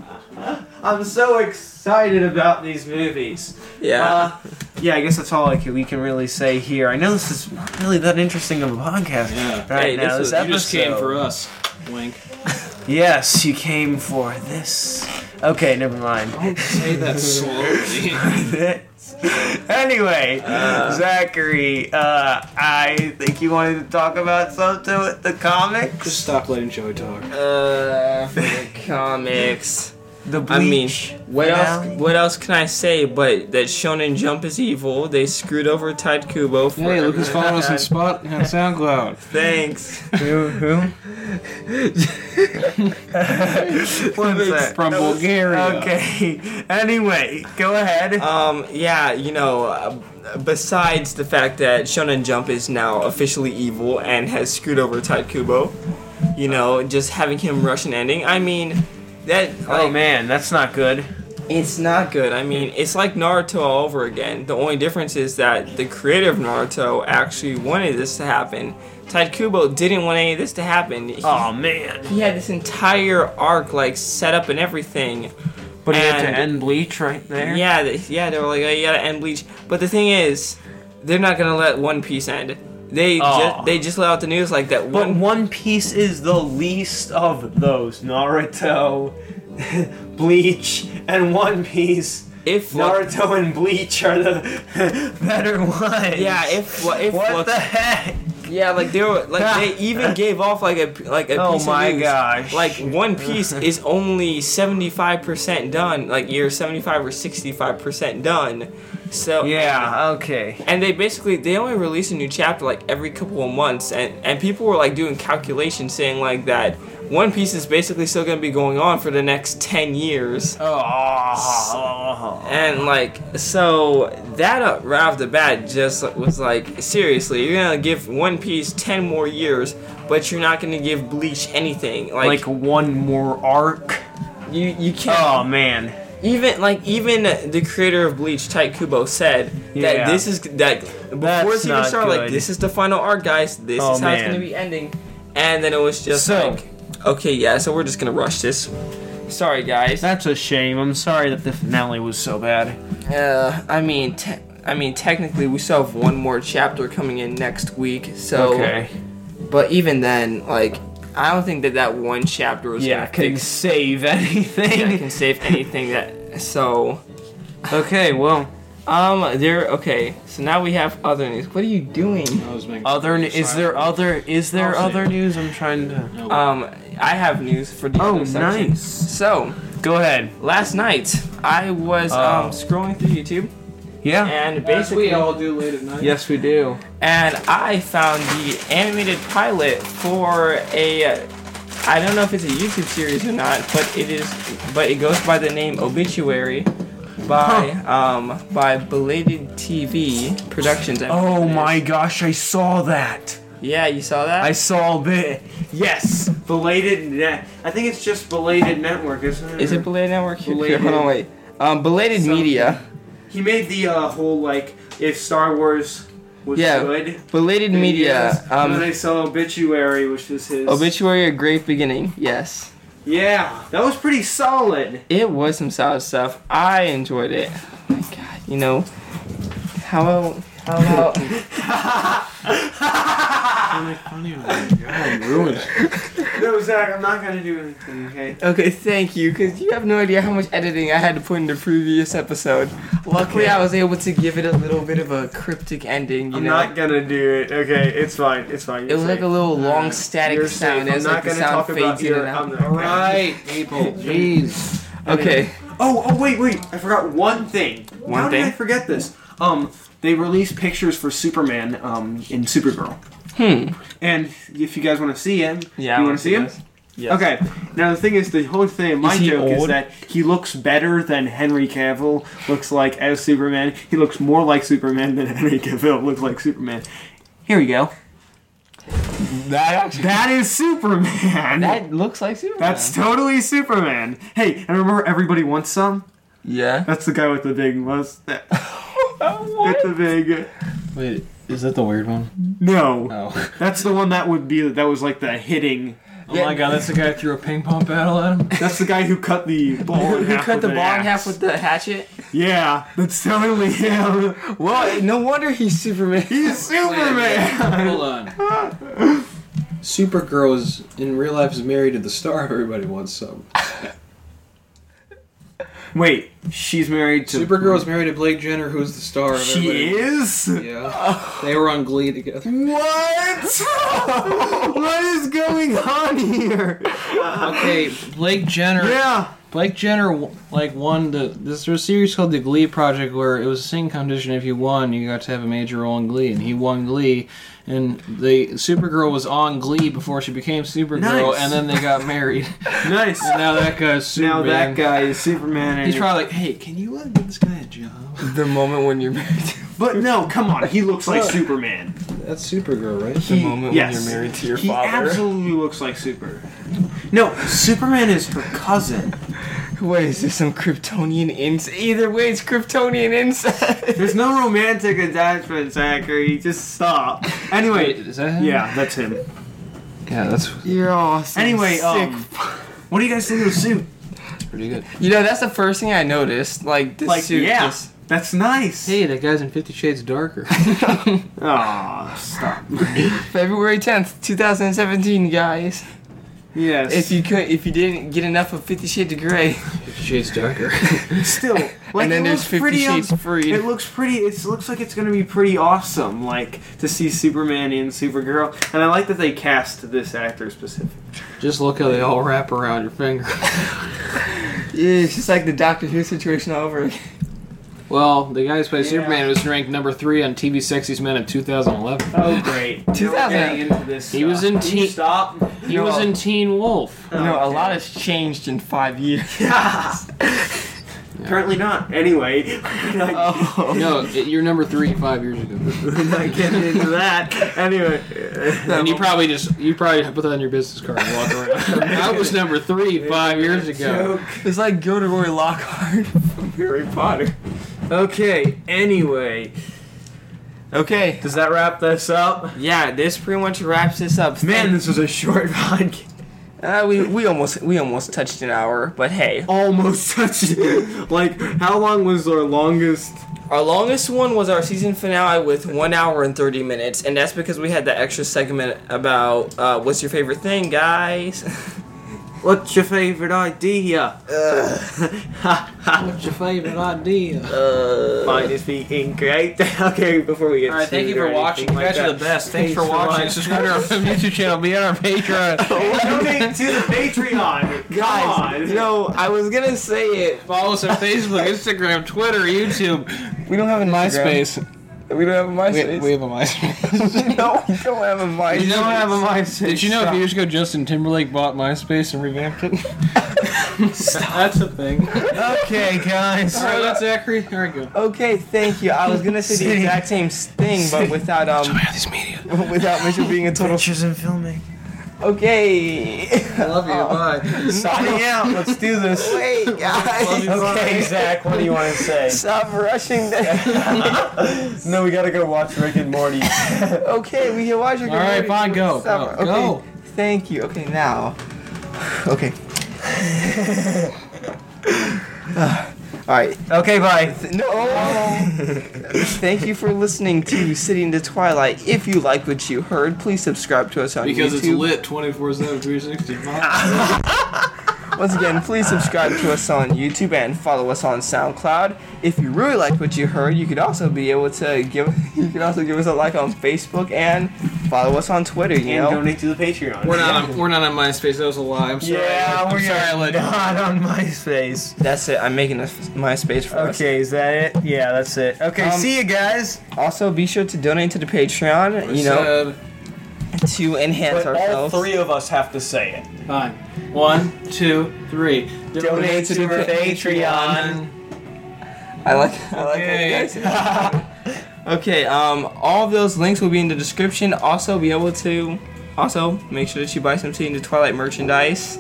Speaker 3: I'm so excited about these movies.
Speaker 2: Yeah.
Speaker 3: Uh, yeah, I guess that's all I can, we can really say here. I know this is not really that interesting of a podcast
Speaker 4: Yeah.
Speaker 3: right
Speaker 2: Hey,
Speaker 3: now.
Speaker 2: this was-
Speaker 3: This, episode.
Speaker 4: You just came for us. *laughs* Wink.
Speaker 3: Yes, you came for this. Okay, never mind.
Speaker 4: Say that slowly. Oh.
Speaker 3: *laughs* anyway,
Speaker 4: Uh.
Speaker 3: Zachary, uh, I think you wanted to talk about something with the comics.
Speaker 4: just stop letting Joey talk.
Speaker 2: *laughs* Uh, for the comics.
Speaker 3: The
Speaker 2: I mean,
Speaker 3: bleach.
Speaker 2: what else?
Speaker 3: finale.
Speaker 2: What else can I say? But that Shonen Jump is evil. They screwed over Tide Kubo. For
Speaker 4: Hey, Lucas,
Speaker 3: *laughs*
Speaker 4: follow us on
Speaker 2: everyone.
Speaker 4: Spot and
Speaker 2: *laughs*
Speaker 4: SoundCloud. *laughs*
Speaker 2: Thanks.
Speaker 3: Who? Who? *laughs* One sec.
Speaker 4: From Bulgaria. Uh,
Speaker 3: Okay. Anyway, go ahead.
Speaker 2: Um, yeah, you know, uh, besides the fact that Shonen Jump is now officially evil and has screwed over Tide Kubo, you know, just having him rush an ending. I mean, that
Speaker 3: oh
Speaker 2: like,
Speaker 3: man, that's not good.
Speaker 2: it's not good. I mean, it's like Naruto all over again. The only difference is that the creator of Naruto actually wanted this to happen. Tide Kubo didn't want any of this to happen. He,
Speaker 3: Oh man.
Speaker 2: he had this entire arc like set up and everything.
Speaker 3: But
Speaker 2: he had to
Speaker 3: end bleach right there. Yeah.
Speaker 2: Yeah, they, yeah, they were like, oh, you gotta end Bleach. But the thing is, they're not gonna let One Piece end. They
Speaker 3: Aw.
Speaker 2: just they just let out the news like that.
Speaker 3: But
Speaker 2: One,
Speaker 3: One Piece is the least of those. Naruto, *laughs* Bleach, and One Piece.
Speaker 2: if
Speaker 3: Naruto and Bleach are the *laughs* better ones.
Speaker 2: yeah, if if
Speaker 3: What the heck?
Speaker 2: yeah, like they were like they
Speaker 3: *laughs*
Speaker 2: even gave off like a like a
Speaker 3: Oh
Speaker 2: piece
Speaker 3: my
Speaker 2: of news.
Speaker 3: gosh.
Speaker 2: Like One
Speaker 3: *laughs*
Speaker 2: Piece is only seventy five percent done. Like you're seventy five or sixty five percent done. So
Speaker 3: Yeah. Okay.
Speaker 2: and they basically they only release a new chapter like every couple of months and and people were like doing calculations saying like that one piece is basically still going to be going on for the next 10 years
Speaker 3: Oh.
Speaker 2: and like so that uh, right off the bat just was like seriously you're going to give one piece 10 more years but you're not going to give bleach anything like,
Speaker 3: Like one more arc.
Speaker 2: you you can't
Speaker 3: Oh man.
Speaker 2: even like even the creator of Bleach, Tight Kubo, said
Speaker 3: Yeah.
Speaker 2: that this is that before
Speaker 3: That's
Speaker 2: it's even
Speaker 3: not
Speaker 2: started, like
Speaker 3: good.
Speaker 2: this is the final art, guys. This
Speaker 3: Oh,
Speaker 2: is how it's
Speaker 3: man.
Speaker 2: gonna be ending, and then it was just
Speaker 3: So-
Speaker 2: like, okay, yeah, so we're just gonna rush this. Sorry, guys.
Speaker 3: That's a shame. I'm sorry that the finale was so bad.
Speaker 2: Uh, I mean, te- I mean, technically, we still have one more chapter coming in next week. So,
Speaker 3: Okay.
Speaker 2: but even then, like, I don't think that that one chapter was
Speaker 3: Yeah,
Speaker 2: gonna
Speaker 3: can
Speaker 2: fix.
Speaker 3: save *laughs*
Speaker 2: Yeah,
Speaker 3: anything.
Speaker 2: can save anything that so.
Speaker 3: okay, well,
Speaker 2: Um, there. Okay, so now we have other news. What are you doing?
Speaker 4: I was making
Speaker 3: other n- is there other is there
Speaker 4: I'll see.
Speaker 3: other news? I'm trying to.
Speaker 4: No.
Speaker 2: Um, I have news for the
Speaker 3: Oh,
Speaker 2: other section.
Speaker 3: nice.
Speaker 2: So
Speaker 3: Go ahead.
Speaker 2: last night I was
Speaker 3: Oh.
Speaker 2: um scrolling through YouTube
Speaker 3: Yeah.
Speaker 2: and basically
Speaker 4: do late at night.
Speaker 3: Yes, we do.
Speaker 2: and I found the animated pilot for a. I don't know if it's a YouTube series or not, but it is. But it goes by the name Obituary, by um by Belated TV Productions. I
Speaker 3: Oh
Speaker 2: believe it
Speaker 3: my
Speaker 2: is.
Speaker 3: gosh, I saw that.
Speaker 2: Yeah, you saw that.
Speaker 3: I saw the yes, belated. ne- I think it's just belated network, isn't it?
Speaker 2: Is it Belated Network? Here-
Speaker 3: Belated-
Speaker 2: Hold on, wait. Um, Belated
Speaker 3: Something.
Speaker 2: Media.
Speaker 3: He made the uh, whole like if Star Wars was
Speaker 2: Yeah.
Speaker 3: good.
Speaker 2: Belated Media.
Speaker 3: videos, and then
Speaker 2: Um,
Speaker 3: I saw obituary, which was his.
Speaker 2: obituary, a great beginning. Yes,
Speaker 3: yeah, that was pretty solid.
Speaker 2: it was some solid stuff. I enjoyed it. Oh my God, you know, how about how
Speaker 3: *laughs*
Speaker 2: about
Speaker 4: Oh *laughs*
Speaker 3: No, Zach, uh, I'm not gonna do anything. Okay.
Speaker 2: okay? Thank you, because you have no idea how much editing I had to put in the previous episode. Luckily, I was able to give it a little bit of a cryptic ending. You
Speaker 3: I'm
Speaker 2: know,
Speaker 3: not gonna do it. Okay, it's fine. It's fine.
Speaker 2: it was like a little long static
Speaker 3: You're
Speaker 2: sound.
Speaker 3: safe.
Speaker 2: It was
Speaker 3: I'm not
Speaker 2: like the
Speaker 3: gonna
Speaker 2: sound
Speaker 3: talk about
Speaker 2: fades in
Speaker 3: your-
Speaker 2: and out.
Speaker 3: I'm not-
Speaker 4: Right,
Speaker 3: *laughs*
Speaker 4: people. Jeez.
Speaker 2: Okay,
Speaker 3: Oh, oh, wait, wait! I forgot one thing.
Speaker 2: One
Speaker 3: How
Speaker 2: thing?
Speaker 3: did I forget this? Um, they released pictures for Superman, um, in Supergirl.
Speaker 2: Hmm.
Speaker 3: And if you guys want to see him,
Speaker 2: Yeah. I
Speaker 3: you
Speaker 2: wanna
Speaker 3: want to see him?
Speaker 2: this. Yes.
Speaker 3: Okay. Now the thing is, the whole thing. My
Speaker 2: Is he
Speaker 3: joke is
Speaker 2: old?
Speaker 3: that he looks better than Henry Cavill looks like as Superman. He looks more like Superman than Henry *laughs* Cavill looks like Superman. Here we go.
Speaker 2: That actually.
Speaker 3: That is Superman.
Speaker 2: That looks like Superman.
Speaker 3: That's totally Superman. Hey, and remember, everybody wants some. *laughs*
Speaker 2: yeah.
Speaker 3: That's the guy with the big mustache.
Speaker 2: what?
Speaker 3: With the big.
Speaker 4: Wait, is that the weird one?
Speaker 3: No,
Speaker 4: *laughs* Oh.
Speaker 3: that's the one that would be that was like the hitting.
Speaker 4: Oh my god, that's the guy who threw a ping pong paddle
Speaker 3: *laughs*
Speaker 4: at him?
Speaker 3: That's the guy who cut the ball. in
Speaker 2: *laughs* Who
Speaker 3: half
Speaker 2: cut
Speaker 3: with
Speaker 2: the
Speaker 3: an
Speaker 2: ball in half
Speaker 3: axe.
Speaker 2: with the hatchet?
Speaker 3: Yeah, that's totally him.
Speaker 2: Well, no wonder he's Superman.
Speaker 3: He's Superman.
Speaker 4: Hold on. *laughs* Supergirl is, in real life, is married to the star of Everybody Wants Some.
Speaker 3: Wait, she's married *laughs* to
Speaker 4: Supergirl is married to Blake Jenner, who's the star of Everybody
Speaker 3: She is.
Speaker 4: Yeah. They were on
Speaker 3: *laughs*
Speaker 4: Glee together.
Speaker 3: What? what is going on here?
Speaker 4: Okay, Blake Jenner.
Speaker 3: Yeah.
Speaker 4: Blake Jenner like won the this was a series called the Glee Project where it was a singing competition. If you won, you got to have a major role in Glee, and he won Glee. And the Supergirl was on Glee before she became Supergirl,
Speaker 3: Nice.
Speaker 4: and then they got married.
Speaker 3: Nice.
Speaker 4: and now that guy's
Speaker 3: Now
Speaker 4: Superman.
Speaker 3: that guy is Superman. And
Speaker 4: He's probably like, hey, can you let give this guy a job?
Speaker 2: The moment when you're married. To,
Speaker 3: but no, come on. He looks like Superman.
Speaker 4: That's Supergirl, right?
Speaker 2: the moment
Speaker 3: yes.
Speaker 2: when you're married to your
Speaker 3: He
Speaker 2: father.
Speaker 3: absolutely looks like Super. No, Superman is her cousin.
Speaker 2: Wait, is this some Kryptonian incest? Either way, it's Kryptonian incest.
Speaker 3: *laughs* There's no romantic attachment, Zachary. Just stop.
Speaker 4: Wait,
Speaker 3: Anyway.
Speaker 4: is that him?
Speaker 3: Yeah, that's him.
Speaker 4: Yeah, that's
Speaker 2: You're awesome.
Speaker 3: Anyway, um, what do you guys think of the suit?
Speaker 4: pretty good.
Speaker 2: you know that's the first thing I noticed. Like this
Speaker 3: Like,
Speaker 2: suit.
Speaker 3: yeah,
Speaker 2: Just, *laughs*
Speaker 3: that's nice.
Speaker 4: Hey, that guy's in Fifty Shades Darker.
Speaker 3: Aw, stop.
Speaker 2: February tenth, two thousand and seventeen, guys.
Speaker 3: *laughs* Yes.
Speaker 2: If you could, if you didn't get enough of Fifty Shades of Grey,
Speaker 4: Fifty Shades Darker. *laughs*
Speaker 3: *laughs* still, like,
Speaker 2: and then
Speaker 3: it
Speaker 2: there's
Speaker 3: looks
Speaker 2: Fifty
Speaker 3: pretty, um,
Speaker 2: Shades Freed.
Speaker 3: It looks pretty. It looks like it's gonna be pretty awesome. Like to see Superman and Supergirl, and I like that they cast this actor specifically.
Speaker 4: Just look how they all wrap around your finger.
Speaker 2: yeah, it's just like the Doctor Who situation all over again.
Speaker 4: Well, the guy who played
Speaker 3: Yeah.
Speaker 4: Superman was ranked number three on TV Sexiest Men of 2011.
Speaker 3: Oh *laughs* great!
Speaker 2: 2000.
Speaker 3: into this.
Speaker 4: He was in
Speaker 3: Can you
Speaker 4: Teen- *laughs*
Speaker 3: Stop.
Speaker 4: He was in Teen Wolf.
Speaker 3: Oh,
Speaker 2: You know, a lot has changed in five
Speaker 3: *laughs*
Speaker 2: years.
Speaker 3: Yeah. Apparently not. Anyway, *laughs* we're not,
Speaker 2: Oh,
Speaker 4: No, it- you're number three five years ago.
Speaker 3: we're not getting into that. Anyway,
Speaker 4: And you probably just you probably put that on your business card and walk *laughs* around. I was number three five years ago.
Speaker 3: Joke.
Speaker 2: it's like Gilderoy Lockhart.
Speaker 3: Harry Potter. Okay. Anyway,
Speaker 2: Okay,
Speaker 3: does that wrap this up?
Speaker 2: yeah, this pretty much wraps this up.
Speaker 3: Man, this was a short *laughs* podcast.
Speaker 2: uh, we we almost we almost touched an hour, but hey,
Speaker 3: Almost touched it. Like, how long was our longest?
Speaker 2: Our longest one was our season finale with one hour and thirty minutes, and that's because we had that extra segment about uh, what's your favorite thing, guys. *laughs*
Speaker 3: What's your favorite *laughs* idea?
Speaker 4: What's your favorite idea?
Speaker 2: Uh,
Speaker 3: Mine is being great. *laughs* okay, before we get
Speaker 4: All right, thank you
Speaker 3: sued or
Speaker 4: for watching.
Speaker 3: anything
Speaker 4: You
Speaker 3: like
Speaker 4: guys are the
Speaker 3: that.
Speaker 4: best. Thanks for watching.
Speaker 3: watching.
Speaker 4: Subscribe to *laughs* our YouTube channel. Be on our Patreon.
Speaker 3: Donate to the *laughs* Patreon, Come on.
Speaker 2: guys, you know, I was gonna say it.
Speaker 4: *laughs* Follow us on Facebook, Instagram, Twitter, YouTube,
Speaker 2: We don't have a
Speaker 4: MySpace.
Speaker 2: We *laughs* don't have a
Speaker 4: We,
Speaker 2: MySpace.
Speaker 4: we have a MySpace. *laughs*
Speaker 2: no, we don't have a MySpace.
Speaker 4: You don't have a
Speaker 2: MySpace.
Speaker 4: Did you know a few years ago Justin Timberlake bought MySpace and revamped it? *laughs* That's a thing.
Speaker 2: Okay, guys.
Speaker 4: All right, that's Zachary. Here we go.
Speaker 2: Okay, thank you. I was gonna say the
Speaker 4: *laughs*
Speaker 3: Sitting.
Speaker 2: exact same thing, but
Speaker 3: Sitting.
Speaker 2: without um, *laughs*
Speaker 4: these media.
Speaker 2: without Mitchell being a total.
Speaker 3: Pictures and filming.
Speaker 2: Okay.
Speaker 4: *laughs* I love you.
Speaker 2: *laughs*
Speaker 4: Bye.
Speaker 3: Signing out. Let's do this.
Speaker 4: *laughs*
Speaker 2: Wait, guys.
Speaker 3: Okay,
Speaker 2: Okay.
Speaker 3: Zach, what do you want to say?
Speaker 2: Stop rushing that.
Speaker 3: No, we gotta go watch Rick and Morty.
Speaker 2: *laughs* Okay, we can watch your
Speaker 4: All right, fine. Go.
Speaker 2: Stop.
Speaker 4: Go.
Speaker 2: Okay. Thank you. Okay, now. *sighs* Okay. *sighs* Uh, all right.
Speaker 3: okay, bye.
Speaker 2: Th- No. *laughs* Thank you for listening to Sitting to Twilight. If you like what you heard, please subscribe to us on
Speaker 4: Because
Speaker 2: YouTube. Ah,
Speaker 4: it's lit 24 7, 365.
Speaker 2: Once again, please subscribe to us on YouTube and follow us on SoundCloud. If you really liked what you heard, you could also be able to give *laughs* you could also give us a like on Facebook and follow us on Twitter. You
Speaker 3: And
Speaker 2: know,
Speaker 3: donate to the Patreon.
Speaker 4: We're not on. We're not on MySpace. That was a lie. I'm sorry.
Speaker 3: Yeah,
Speaker 4: I'm
Speaker 3: we
Speaker 4: sorry. I
Speaker 3: are
Speaker 4: lied.
Speaker 3: not on MySpace.
Speaker 2: that's it. I'm making a f- MySpace for us.
Speaker 3: Okay, is that it? Yeah, that's it. Okay,
Speaker 2: Um,
Speaker 3: see you guys.
Speaker 2: Also, be sure to donate to the Patreon. You know,
Speaker 4: Said,
Speaker 2: to enhance
Speaker 3: But all
Speaker 2: ourselves.
Speaker 3: three of us have to say it.
Speaker 4: Fine. One, two, three. Donate,
Speaker 2: to our Patreon. I like I like that. you guys. okay, um all of those links will be in the description. Also be able to also make sure that you buy some Seeing the Twilight merchandise.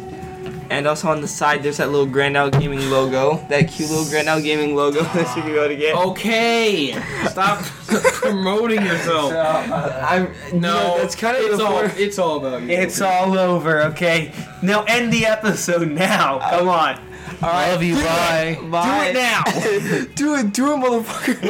Speaker 2: And also on the side there's that little Grand Out Gaming logo. That cute little Grand Out Gaming logo *laughs* that you can go to get.
Speaker 4: Okay.
Speaker 2: *laughs*
Speaker 4: Stop promoting yourself.
Speaker 2: I
Speaker 4: No,
Speaker 2: that's kind of
Speaker 4: it's all,
Speaker 2: before-
Speaker 4: it's all about you.
Speaker 3: It's all over, okay? Now end the episode now. Come on.
Speaker 4: I love you. Bye.
Speaker 3: Do it now.
Speaker 2: *laughs*
Speaker 3: *laughs*
Speaker 2: do it, do it, motherfucker.